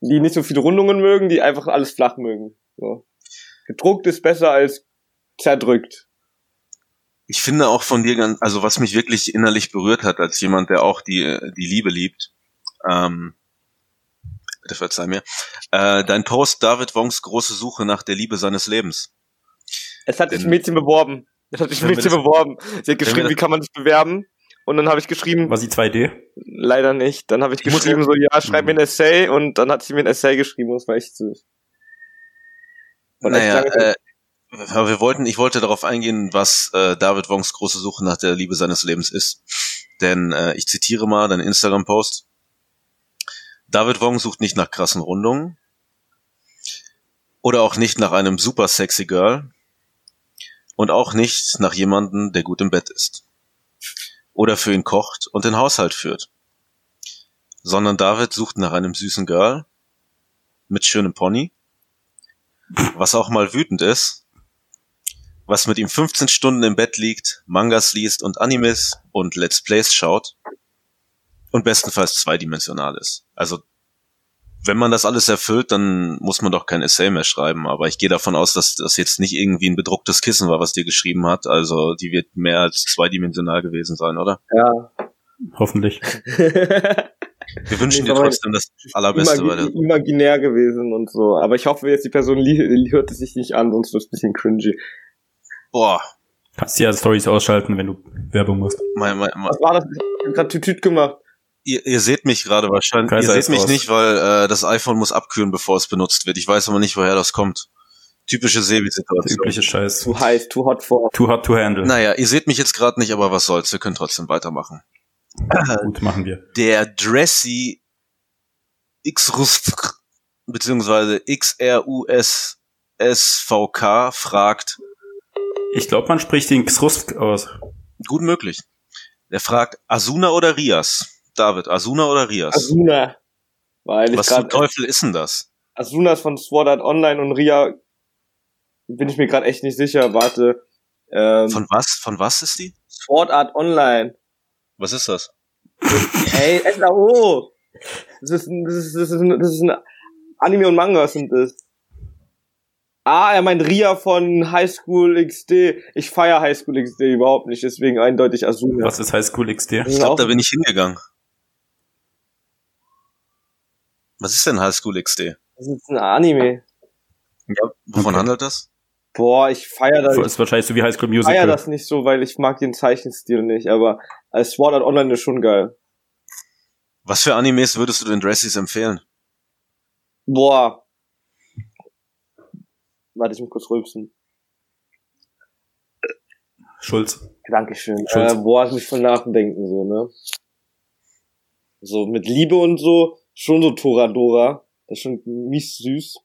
D: die nicht so viele Rundungen mögen, die einfach alles flach mögen. So. Gedruckt ist besser als zerdrückt.
C: Ich finde auch von dir ganz, also was mich wirklich innerlich berührt hat, als jemand, der auch die, die Liebe liebt, ähm, bitte verzeih mir, äh, dein Post David Wongs große Suche nach der Liebe seines Lebens.
D: Es hat sich
C: Denn-
D: ein Mädchen beworben. Es hat sich
C: Wenn
D: ein
C: wir
D: Mädchen
C: das-
D: beworben. Sie hat geschrieben,
C: das-
D: wie kann man sich bewerben? Und dann habe ich geschrieben,
B: War sie 2D?
D: leider nicht. Dann habe ich
C: Ich muss Hm.
D: geschrieben, so, ja, schreib
B: Mhm.
D: mir ein Essay. Und dann hat sie mir ein Essay geschrieben und es war echt süß. Und echt
C: Naja,
D: lange-
C: äh, aber wir wollten, ich wollte darauf eingehen, was äh, David Wongs große Suche nach der Liebe seines Lebens ist. Denn äh, ich zitiere mal deinen Instagram-Post. David Wong sucht nicht nach krassen Rundungen oder auch nicht nach einem super sexy Girl und auch nicht nach jemandem, der gut im Bett ist oder für ihn kocht und den Haushalt führt, sondern David sucht nach einem süßen Girl, mit schönem Pony, was auch mal wütend ist, was mit ihm 15 Stunden im Bett liegt, Mangas liest und Animes und Let's Plays schaut und bestenfalls zweidimensional ist. Also wenn man das alles erfüllt, dann muss man doch kein Essay mehr schreiben. Aber ich gehe davon aus, dass das jetzt nicht irgendwie ein bedrucktes Kissen war, was dir geschrieben hat. Also die wird mehr als zweidimensional gewesen sein, oder?
D: Ja.
B: Hoffentlich.
C: Wir wünschen
D: Nee,
C: dir
D: aber
C: trotzdem das Allerbeste.
D: Imagi-
C: Weil
D: imaginär gewesen und so. Aber ich hoffe jetzt, die Person li- hört es sich nicht an, sonst wird es ein bisschen cringy.
C: boah,
B: Kannst ja Stories ausschalten, wenn du Werbung machst.
C: mein, mein, mein,
D: Was war das? Ich hab grad Tütüt gemacht.
C: ihr, ihr seht mich gerade wahrscheinlich.
B: Kaiser
C: ihr
B: ist
C: seht mich
B: raus.
C: nicht, weil äh, das iPhone muss abkühlen, bevor es benutzt wird. Ich weiß aber nicht, woher das kommt. Typische
B: Der
C: Sebi-Situation.
B: übliche Scheiß.
D: Too heiß, too hot for.
B: Too hard to handle.
C: Naja, ihr seht mich jetzt gerade nicht, aber was soll's. Wir können trotzdem weitermachen.
B: Gut, machen wir.
C: der Dressy Xrus beziehungsweise XRUSSVK fragt,
B: Ich glaube, man spricht den Xrusk aus.
C: gut möglich. Der fragt Asuna oder Rias? David, Asuna oder Rias?
D: Asuna. Weil ich
C: Was zum
D: gerade
C: Teufel ist denn das?
D: Asuna ist von Sword Art Online und Ria bin ich mir gerade echt nicht sicher. Warte. Ähm,
C: Von was? Von was ist die?
D: Sword Art Online.
C: Was ist das?
D: Ey, SAO. Das ist, ein- das ist, das ist, ein- das ist ein Anime und Manga sind das. Ah, er meint Ria von High School XD. Ich feier High School XD überhaupt nicht, deswegen eindeutig Asuna.
B: Was ist Highschool XD?
D: Das
C: Ich
D: ist
C: glaube,
D: auch-
C: da bin ich hingegangen. Was ist denn High School XD?
D: Das ist ein Anime.
C: Wovon
B: Okay.
C: handelt das?
D: Boah, ich feier das.
B: Das ist wahrscheinlich so wie Highschool
D: Ich feier
B: Musical.
D: das nicht so, weil ich mag den Zeichenstil nicht, aber als Sword Art Online ist schon geil.
C: Was für Animes würdest du den Dressies empfehlen?
D: Boah. Warte, ich muss kurz rülpsen.
B: Schulz.
D: Dankeschön.
B: Schulz.
D: Äh, boah, ich muss voll nachdenken, so, ne? So, mit Liebe und so, schon so Toradora. Das ist schon mies süß.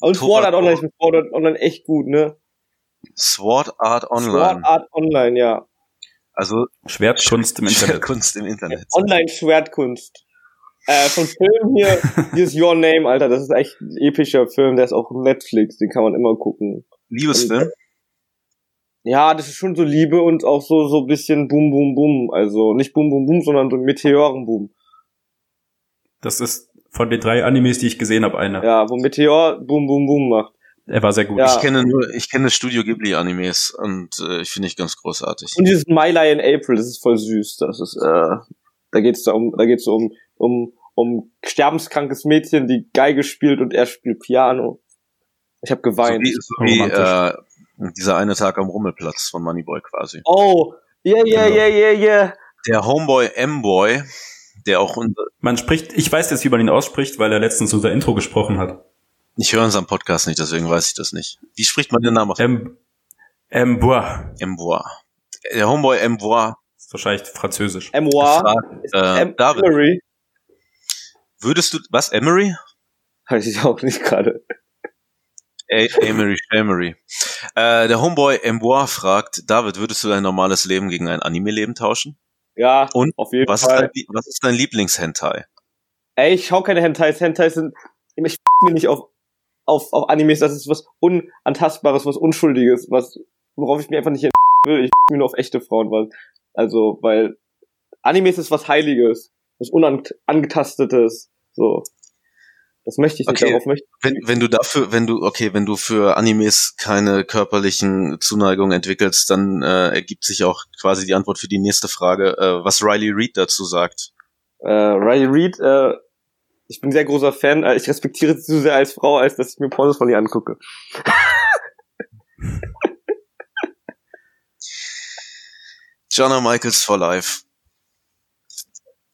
D: Und Sword Art
C: Toradora.
D: Online, ich bin Sword Art Online echt gut, ne?
C: Sword Art Online.
D: Sword Art Online, ja.
C: Also
B: Schwertkunst im Internet.
C: Kunst im Internet.
D: Online-Schwertkunst. Äh, von Film hier, hier ist Your Name, Alter, das ist echt ein epischer Film, der ist auch auf Netflix, den kann man immer gucken.
C: Liebesfilm.
D: Ja, das ist schon so Liebe und auch so, so ein bisschen Boom, Boom, Boom. Also nicht Boom, Boom, Boom, sondern so Meteorenboom.
B: Das ist von den drei Animes, die ich gesehen habe, einer.
D: Ja, wo Meteor boom, boom, boom macht.
B: Er war sehr gut.
D: Ja.
C: Ich kenne nur, ich kenne Studio Ghibli Animes und äh, ich finde ich ganz großartig.
D: Und dieses My Lion April, das ist voll süß. Das ist, äh, da geht's da um, da geht's so um, um, um sterbenkrankes Mädchen, die Geige spielt und er spielt Piano. Ich habe
C: So
D: geweint.
C: wie, so wie äh,
B: Romantisch.
C: dieser eine Tag am Rummelplatz von Moneyboy quasi.
D: oh, yeah, yeah,
B: Genau.
D: yeah, yeah, yeah.
C: Der Homeboy M-Boy, der auch unser,
B: Man spricht, ich weiß jetzt, wie man ihn ausspricht, weil er letztens unser Intro gesprochen hat.
C: ich höre unseren Podcast nicht, deswegen weiß ich das nicht. Wie spricht man den Namen aus?
B: M. M. Bois.
C: M-Boy. Der Homeboy M-Boy
B: Das ist wahrscheinlich französisch.
D: Emoir.
C: fragt, äh,
D: Em-
C: David,
D: Emery.
C: würdest du, was, Emery?
D: Weiß ich auch nicht gerade.
C: Ey, Emery, Emery. Äh, der Homeboy M-Boy fragt, David, würdest du dein normales Leben gegen ein Anime-Leben tauschen?
D: Ja,
C: Und?
D: auf jeden
C: Was ist
D: Fall.
C: dein, was ist dein Lieblings-Hentai?
D: Ey, ich schau keine Hentais. Hentais sind, ich f*** mir nicht auf, auf, auf Animes. Das ist was Unantastbares, was Unschuldiges, was, worauf ich mir einfach nicht hin will. Ich f*** mir nur auf echte Frauen, weil, also, weil Animes ist was Heiliges, was Unangetastetes, so. Das möchte ich nicht,
C: Okay.
D: darauf möchte ich.
C: Wenn, wenn du dafür, wenn du, okay, wenn du für Animes keine körperlichen Zuneigungen entwickelst, dann äh, ergibt sich auch quasi die Antwort für die nächste Frage, äh, was Riley Reed dazu sagt.
D: Äh, Riley Reed, äh, ich bin ein sehr großer Fan, äh, ich respektiere sie so sehr als Frau, als dass ich mir Pornos von ihr angucke.
C: Jonna Michaels for Life.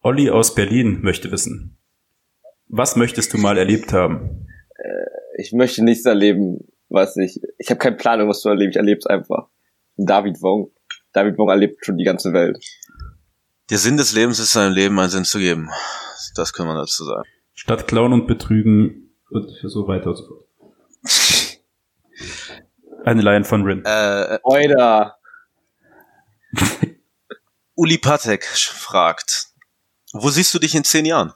B: Olli aus Berlin möchte wissen. Was möchtest du mal erlebt haben?
D: Ich möchte nichts erleben, was ich, ich habe keinen Plan, irgendwas zu erleben, ich erlebe es einfach. David Wong. David Wong erlebt schon die ganze Welt.
C: Der Sinn des Lebens ist seinem Leben einen Sinn zu geben. Das kann man dazu sagen.
B: Statt klauen und betrügen und so weiter und so fort. Eine Line von Rin.
C: Äh,
D: Oida.
C: Uli Patek sch- fragt, wo siehst du dich in zehn Jahren?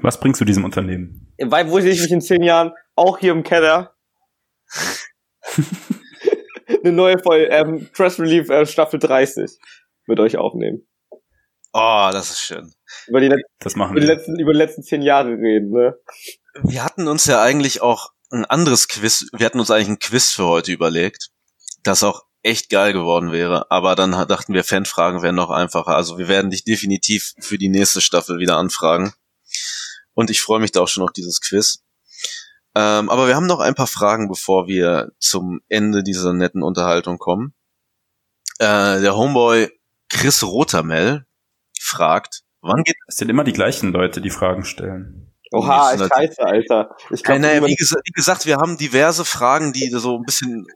B: Was bringst du diesem Unternehmen?
D: Weil wo ich mich in zehn Jahren auch hier im Keller eine neue Folge, ähm, Press Relief äh, Staffel 30 mit euch aufnehmen.
C: Oh, das ist schön.
D: Über die, Let
B: Das machen
D: über die
B: wir.
D: letzten, über die letzten zehn Jahre reden, ne?
C: Wir hatten uns ja eigentlich auch ein anderes Quiz, wir hatten uns eigentlich ein Quiz für heute überlegt, das auch echt geil geworden wäre, aber dann ha- dachten wir, Fanfragen wären noch einfacher. Also wir werden dich definitiv für die nächste Staffel wieder anfragen. Und ich freue mich da auch schon auf dieses Quiz. Ähm, aber wir haben noch ein paar Fragen, bevor wir zum Ende dieser netten Unterhaltung kommen. Äh, der Homeboy Chris Rotermel fragt, wann geht
B: Es sind immer die gleichen Leute, die Fragen stellen.
D: Oha,
C: Nächsten
D: scheiße, Alter. Ich
C: Nein,
D: glaube,
C: Äh, naja, wie, gesa wie gesagt, wir haben diverse Fragen, die so ein bisschen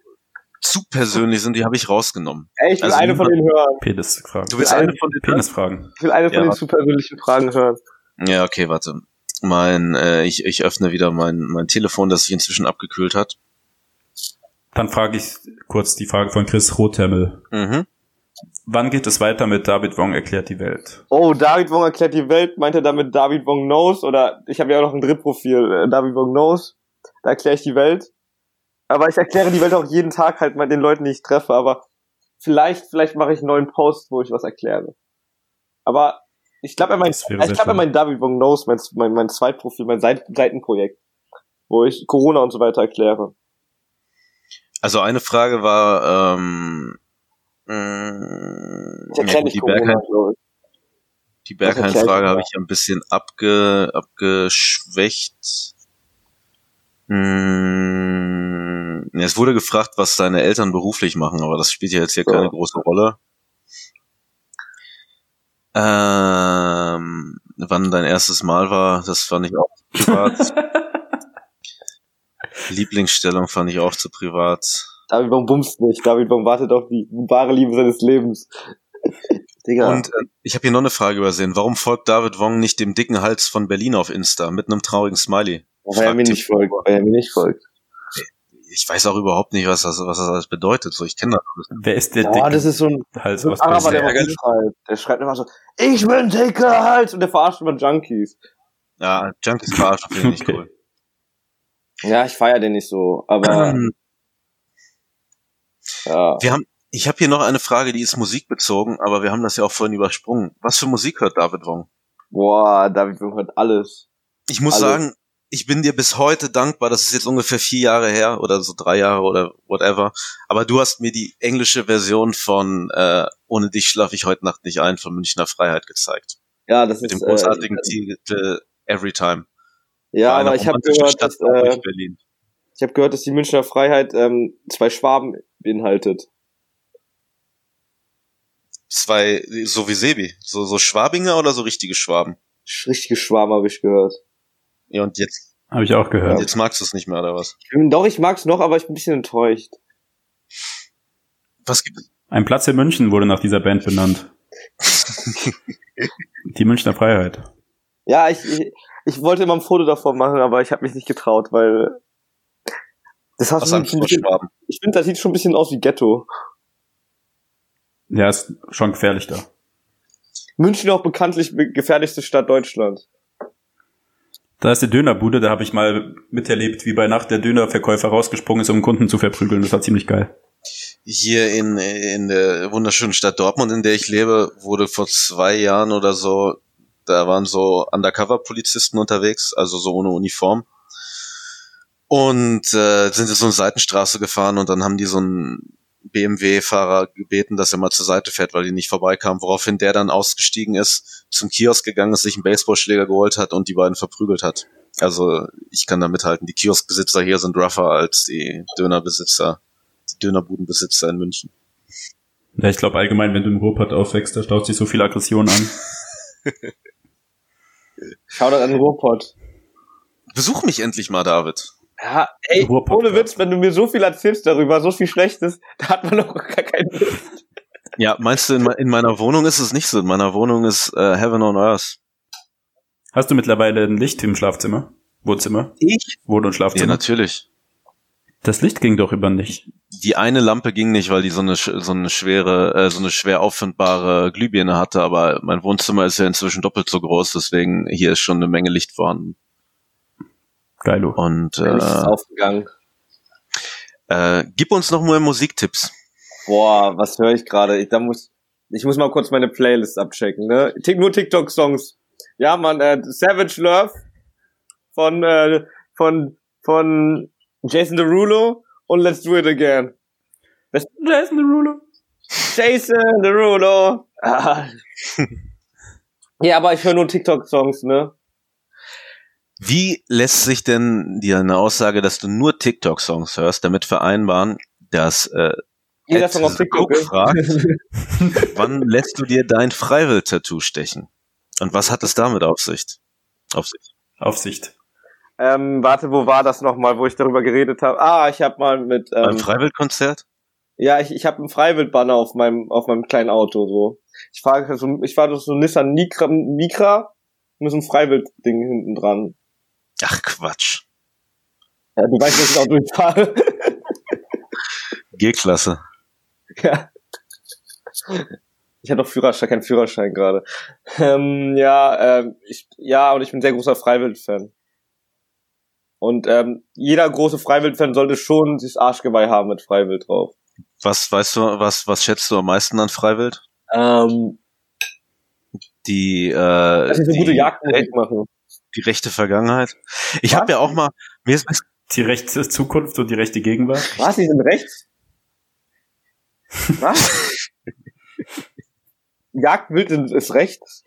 C: zu persönlich sind, die habe ich rausgenommen.
D: ey, ich will
C: also
D: eine von denen hören.
B: Penisfragen.
C: Du willst
D: Nein.
C: eine von den
B: Penisfragen.
D: Ich will eine von
C: Ja.
D: den zu persönlichen Fragen hören.
C: Ja, okay, warte. Mein, äh, ich, ich öffne wieder mein, mein Telefon, das sich inzwischen abgekühlt hat.
B: Dann frage ich kurz die Frage von Chris Rothemmel.
C: Mhm.
B: Wann geht es weiter mit David Wong erklärt die Welt?
D: Oh, David Wong erklärt die Welt, meint er damit David Wong Knows oder ich habe ja auch noch ein Drittprofil, äh, David Wong Knows, da erkläre ich die Welt. Aber ich erkläre die Welt auch jeden Tag halt mal den Leuten, die ich treffe, aber vielleicht, vielleicht mache ich einen neuen Post, wo ich was erkläre. Aber ich glaube, er meint,
B: Das wäre
D: ich
B: sehr
D: glaube, er
B: schön.
D: meint David Wong Knows, mein, mein, mein Zweitprofil, mein Seit- Seitenprojekt, wo ich Corona und so weiter erkläre.
C: Also eine Frage war, ähm, mh,
D: Ich erkläre
C: ja, gut,
D: nicht
C: die
D: Corona,
C: Bergheim-
D: glaube ich.
C: die
D: Das erklär ich
C: Bergheim-Frage
D: mir.
C: habe ich ein bisschen abge, abgeschwächt. Hm, ja, es wurde gefragt, was deine Eltern beruflich machen, aber das spielt ja jetzt hier
D: Ja.
C: keine große Rolle. Ähm, wann dein erstes Mal war, das fand ich auch zu privat. Lieblingsstellung fand ich auch zu privat.
D: David Wong bumst nicht, David Wong wartet auf die wahre Liebe seines Lebens. Digga.
C: Und äh, ich habe hier noch eine Frage übersehen. Warum folgt David Wong nicht dem dicken Hals von Berlin auf Insta mit einem traurigen Smiley?
D: Weil er mir nicht folgt, weil er mir nicht folgt.
C: ich weiß auch überhaupt nicht, was das, was das alles bedeutet. So, ich kenne das. alles.
B: Wer ist der
D: Boah,
B: dicke
D: das ist so ein,
B: Hals
D: so ein
B: aus
D: Araber, der
B: Berlin?
D: immer rumschreit. Der schreit immer so, ich bin dicker Hals und der verarscht immer Junkies.
C: Ja, Junkies verarschen finde ich nicht
B: Okay.
C: cool.
D: Ja, ich feier den nicht so, aber
C: Ähm,
D: ja.
C: wir haben, ich habe hier noch eine Frage, die ist musikbezogen, aber wir haben das ja auch vorhin übersprungen. Was für Musik hört David Wong?
D: Boah, David Wing hört alles.
C: Ich muss
D: Alles.
C: sagen, ich bin dir bis heute dankbar. Das ist jetzt ungefähr vier Jahre her oder so drei Jahre oder whatever. Aber du hast mir die englische Version von äh, Ohne dich schlafe ich heute Nacht nicht ein von Münchner Freiheit gezeigt.
D: Ja, das
C: Mit
D: ist
C: dem großartigen
D: äh,
C: Titel Every Time.
D: Ja,
C: Bei einer
D: aber ich habe
C: romantischen Stadt
D: gehört, dass, äh,
C: durch Berlin.
D: ich habe gehört, dass die Münchner Freiheit ähm, zwei Schwaben beinhaltet.
C: zwei, so wie Sebi, so, so Schwabinger oder so richtige Schwaben?
D: Sch- Richtige Schwaben habe ich gehört.
C: Ja, und jetzt,
B: Habe ich auch gehört.
C: jetzt magst du es nicht mehr, oder was?
D: Ich bin, doch, ich mag's noch, aber ich bin ein bisschen enttäuscht.
C: Was gibt
B: Ein Platz in München wurde nach dieser Band benannt. die Münchner Freiheit.
D: Ja, ich, ich, ich wollte immer ein Foto davon machen, aber ich habe mich nicht getraut, weil das hast
C: was
D: du
C: an
D: ein bisschen,
C: Schwaben?
D: Ich finde, das sieht schon ein bisschen aus wie Ghetto.
B: Ja, ist schon gefährlich da.
D: München auch bekanntlich be- gefährlichste Stadt Deutschlands.
B: Da ist eine Dönerbude, da habe ich mal miterlebt, wie bei Nacht der Dönerverkäufer rausgesprungen ist, um Kunden zu verprügeln. Das war ziemlich geil.
C: Hier in, in der wunderschönen Stadt Dortmund, in der ich lebe, wurde vor zwei Jahren oder so, da waren so Undercover-Polizisten unterwegs, also so ohne Uniform. Und äh, sind in so eine Seitenstraße gefahren und dann haben die so einen BMW-Fahrer gebeten, dass er mal zur Seite fährt, weil die nicht vorbeikamen, woraufhin der dann ausgestiegen ist, zum Kiosk gegangen ist, sich einen Baseballschläger geholt hat und die beiden verprügelt hat. Also ich kann da mithalten. Die Kioskbesitzer hier sind rougher als die Dönerbesitzer Dönerbudenbesitzer in München.
B: Ja, ich glaube allgemein, wenn du im Ruhrpott aufwächst, da staut sich so viel Aggression an.
D: Shoutout an den Ruhrpott.
C: Besuch mich endlich mal, David.
D: Ja, ey,
B: Ruhrpott,
D: ohne
B: ja.
D: Witz, wenn du mir so viel erzählst darüber, so viel Schlechtes, da hat man doch gar keinen Witz.
C: Ja, meinst du, in, me- in meiner Wohnung ist es nicht so. In meiner Wohnung ist äh, Heaven on Earth.
B: Hast du mittlerweile ein Licht im Schlafzimmer? Wohnzimmer?
C: Ich?
B: Wohn- und
C: Ja,
B: Schlafzimmer?
C: natürlich.
B: Das Licht ging doch über nicht.
C: Die eine Lampe ging nicht, weil die so eine sch- so eine schwere, äh, so eine schwer auffindbare Glühbirne hatte, aber mein Wohnzimmer ist ja inzwischen doppelt so groß, deswegen hier ist schon eine Menge Licht vorhanden.
B: Geilo.
C: Und
D: Mensch, ist
C: äh,
D: aufgegangen.
C: äh, gib uns noch mal Musiktipps.
D: Boah, was höre ich gerade? Ich, da muss, ich muss mal kurz meine Playlist abchecken, ne? Tick, nur TikTok-Songs. Ja, man, äh, Savage Love von, äh, von, von Jason Derulo und Let's Do It Again. Das, Jason Derulo. Jason Derulo. Ah. ja, aber ich höre nur TikTok-Songs, ne?
C: Wie lässt sich denn dir eine Aussage, dass du nur TikTok-Songs hörst, damit vereinbaren, dass äh,
D: Jeder
C: Ed
D: Song auf
C: Cook
D: TikTok. ist-
C: fragt, wann lässt du dir dein Freiwill-Tattoo stechen? Und was hat es damit auf sich? Auf sich.
B: Aufsicht.
D: ähm, warte, wo war das nochmal, wo ich darüber geredet habe? Ah, ich habe mal mit...
C: Beim
D: Ähm,
C: Freiwill-Konzert?
D: Ja, ich, ich habe einen Freiwildbanner auf meinem auf meinem kleinen Auto so. Ich fahre so ich fahre durch so einen Nissan Micra, Micra mit so einem Freiwild-Ding hinten dran.
C: Ach Quatsch.
D: Ja, du weißt, dass ich Auto nicht fahre.
C: G-Klasse.
D: ja. Ich habe doch Führerschein, keinen Führerschein gerade. Ähm, ja, ähm, ich, ja, und ich bin ein sehr großer Freiwild-Fan. Und ähm, jeder große Freiwild-Fan sollte schon das Arschgeweih haben mit Freiwild drauf.
C: Was weißt du, was, was schätzt du am meisten an Freiwild?
D: Ähm,
C: Die, äh,
D: dass ich so
C: die,
D: gute Jagdmusik machen.
C: die rechte Vergangenheit. Ich habe ja auch mal, mir ist,
B: Die rechte Zukunft und die rechte Gegenwart.
D: Was? Die sind rechts? Was? Jagdwild ist rechts?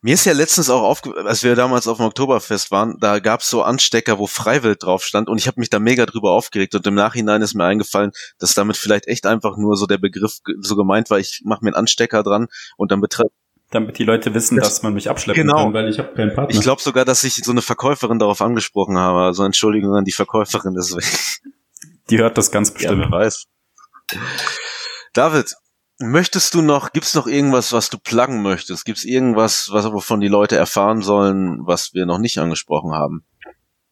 C: Mir ist ja letztens auch aufge, als wir damals auf dem Oktoberfest waren, da gab's so Anstecker, wo Freiwild drauf stand und ich habe mich da mega drüber aufgeregt und im Nachhinein ist mir eingefallen, dass damit vielleicht echt einfach nur so der Begriff ge- so gemeint war, ich mache mir einen Anstecker dran und dann betre
B: Damit die Leute wissen, dass man mich abschleppen
C: Genau.
B: kann, weil ich habe keinen Partner.
C: Ich glaube sogar, dass ich so eine Verkäuferin darauf angesprochen habe, also Entschuldigung an die Verkäuferin deswegen.
B: die hört das ganz bestimmt.
C: Ja, wer weiß. David, möchtest du noch, gibt's noch irgendwas, was du pluggen möchtest? Gibt's irgendwas, was wovon die Leute erfahren sollen, was wir noch nicht angesprochen haben?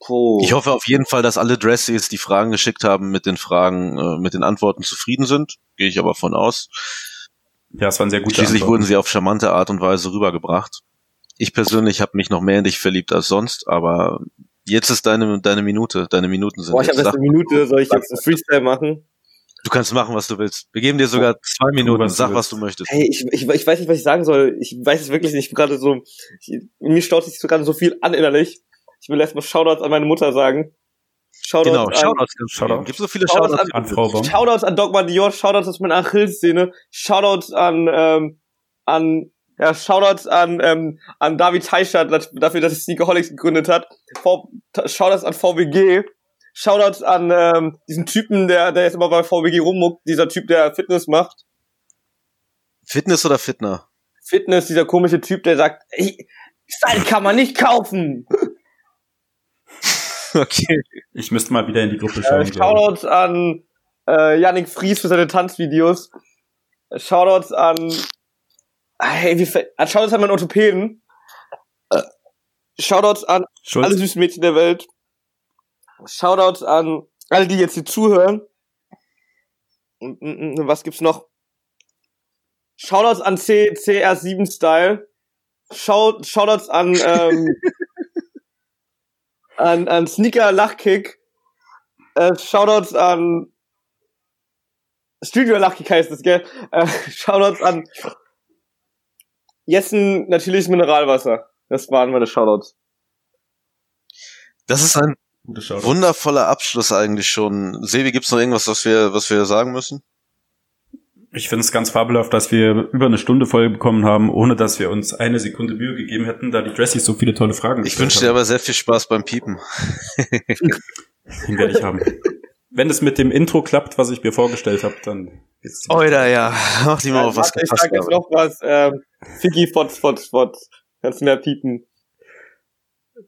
D: Oh.
C: Ich hoffe auf jeden Fall, dass alle Dressies, die Fragen geschickt haben, mit den Fragen, äh, mit den Antworten zufrieden sind. Gehe ich aber von aus.
B: Ja, es waren sehr gute
C: Schließlich
B: Antworten.
C: wurden sie auf charmante Art und Weise rübergebracht. Ich persönlich habe mich noch mehr in dich verliebt als sonst, aber jetzt ist deine, deine Minute. Deine Minuten sind
D: Boah, ich
C: jetzt.
D: habe jetzt
C: Sag,
D: eine Minute, soll ich jetzt einen Freestyle machen?
C: du kannst machen, was du willst. Wir geben dir sogar zwei Minuten.
B: Oh, was du
C: Sag, was
B: willst.
C: du möchtest.
D: Hey, ich, ich, ich weiß nicht, was ich sagen soll. Ich weiß es wirklich nicht. Ich bin gerade so, ich, mir staut sich so gerade so viel an innerlich. Ich will erstmal Shoutouts an meine Mutter sagen. Shoutouts
C: Genau,
D: an,
C: Shoutouts ganz
B: Shoutout.
C: Gibt so viele
D: Shoutouts
C: Shoutouts
D: an-
B: an Frau Baum.
D: Shoutouts an Dogma Dior, Shoutouts aus meiner Achillessehne, Shoutouts an, ähm, an, ja, Shoutouts an, ähm, an David Teichert dat- dafür, dass er Sneakerholics gegründet hat, v t- Shoutouts an VWG, Shoutouts an, ähm, diesen Typen, der, der jetzt immer bei VWG rummuckt, dieser Typ, der Fitness macht.
C: Fitness oder Fitner?
D: Fitness, dieser komische Typ, der sagt, ey, Style kann man nicht kaufen.
C: Okay.
B: Ich müsste mal wieder in die Gruppe schauen.
D: Äh,
B: glaub ich.
D: Shoutouts an äh, Yannick Fries für seine Tanzvideos. Äh, Shoutouts an. Hey, wie fe- äh, Shoutouts an meinen Orthopäden. Äh, Shoutouts an alle
B: Schulz,
D: süßen Mädchen der Welt. Shoutouts an alle, die jetzt hier zuhören. Und, und, und was gibt's noch? Shoutouts an C, CR7 Style. Shout, Shoutouts an, ähm, an, an Sneaker Lachkick. Äh, Shoutouts an Studio Lachkick heißt es, gell? Äh, Shoutouts an Jessen, natürlich Mineralwasser. Das waren meine Shoutouts.
C: Das ist ein
B: gute Shoutout.
C: wundervoller Abschluss eigentlich schon. Sevi, gibt's noch irgendwas, was wir, was wir sagen müssen?
B: Ich finde es ganz fabelhaft, dass wir über eine Stunde voll bekommen haben, ohne dass wir uns eine Sekunde Mühe gegeben hätten, da die Dressies so viele tolle Fragen
C: Ich wünsche dir aber sehr viel Spaß beim Piepen.
B: haben. Den werde ich haben. Wenn es mit dem Intro klappt, was ich mir vorgestellt habe, dann ist
C: Oida, ja. Mach dir mal
D: Ja,
C: auf Genau, was
D: warte, ich
C: gefasst.
D: sag jetzt
C: David.
D: noch was. Ähm, Ficky, Fotz, Fotz, Fotz. Kannst du mehr piepen.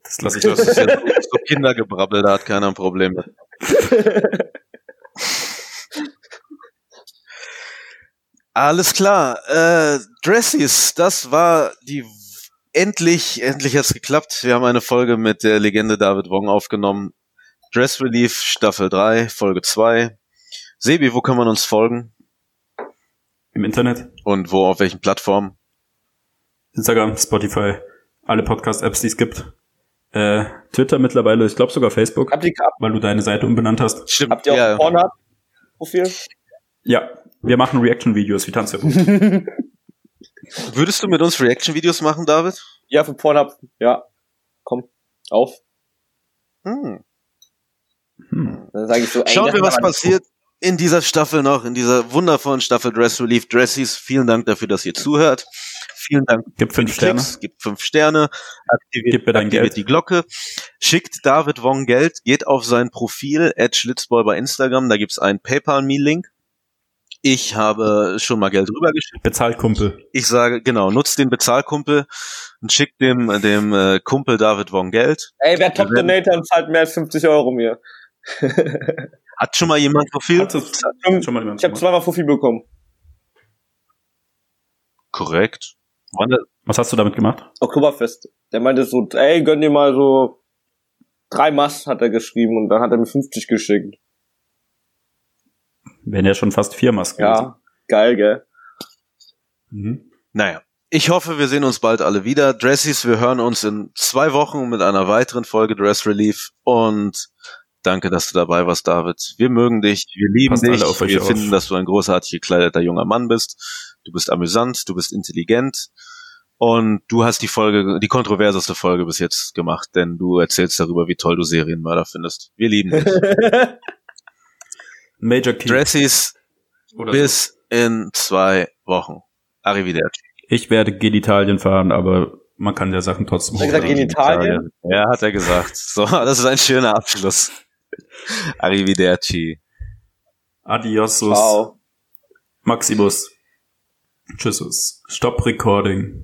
B: das lasse ich
C: Das ist
B: das.
C: ja so so Kindergebrabbel, da hat keiner ein Problem mit. Alles klar. Äh, Dressies, das war die endlich, endlich hat's geklappt. Wir haben eine Folge mit der Legende David Wong aufgenommen. Dress Relief Staffel 3, Folge 2. Sebi, wo kann man uns folgen?
B: Im Internet,
C: Und wo, auf welchen Plattformen?
B: Instagram, Spotify, alle Podcast-Apps, die es gibt. Äh, Twitter mittlerweile, ich glaube sogar Facebook,
D: Habt ihr,
B: weil du deine Seite umbenannt hast.
C: Stimmt,
D: habt ihr auch
C: ja.
D: ein Pornhub-Profil?
B: Ja, wir machen Reaction-Videos wie Tanzverbot.
C: Würdest du mit uns Reaction-Videos machen, David?
D: Ja, für Pornhub. Ja. Komm, auf.
C: Hm.
B: Hm.
D: Dann sage ich so, ey,
C: Schauen
D: das
C: wir,
D: ist
C: was
D: aber nicht
C: passiert in dieser Staffel noch, in dieser wundervollen Staffel Dress Relief Dressies. Vielen Dank dafür, dass ihr zuhört. Vielen Dank
B: Gib fünf
C: für die
B: Sterne.
C: Klicks, gibt fünf Sterne, aktiviert,
B: Gib mir dein
C: aktiviert
B: Geld.
C: die Glocke, schickt David Wong Geld, geht auf sein Profil, at Schlitzboy bei Instagram, da gibt's einen PayPal-Me-Link. Ich habe schon mal Geld rübergeschickt.
B: Bezahlt Kumpel.
C: Ich sage, genau, nutzt den Bezahlkumpel und schickt dem, dem äh, Kumpel David Wong Geld.
D: Ey, wer Top Donator und zahlt mehr als 50 Euro mir?
C: Hat schon mal jemand Profil?
B: Hat das
D: Ich
B: schon mal jemand
D: habe
B: gemacht?
D: zweimal Fuffi bekommen.
C: Korrekt. Waren das-
B: Was hast du damit gemacht?
D: Oktoberfest. Der meinte so, ey, gönn dir mal so drei Mass, hat er geschrieben und dann hat er mir 50 geschickt.
B: Wären ja schon fast vier Masken.
D: Ja, geil, gell?
B: Mhm.
C: Naja. Ich hoffe, wir sehen uns bald alle wieder. Dressies, wir hören uns in zwei Wochen mit einer weiteren Folge Dress Relief. Und danke, dass du dabei warst, David. Wir mögen dich, wir lieben
B: Passt
C: dich.
B: alle auf euch
C: wir
B: auf.
C: finden, dass du ein großartig gekleideter junger Mann bist. Du bist amüsant, du bist intelligent. Und du hast die Folge, die kontroverseste Folge bis jetzt gemacht, denn du erzählst darüber, wie toll du Serienmörder findest. Wir lieben dich.
B: Major Key.
C: Dressies,
B: oder so.
C: bis in zwei Wochen. Arrivederci.
B: Ich werde Genitalien fahren, aber man kann ja Sachen trotzdem
D: Hat er gesagt, Genitalien?
C: Ja, hat er gesagt. So, das ist ein schöner Abschluss. Arrivederci.
B: Adiosus.
D: Wow.
B: Maximus. Tschüssus. Stop Recording.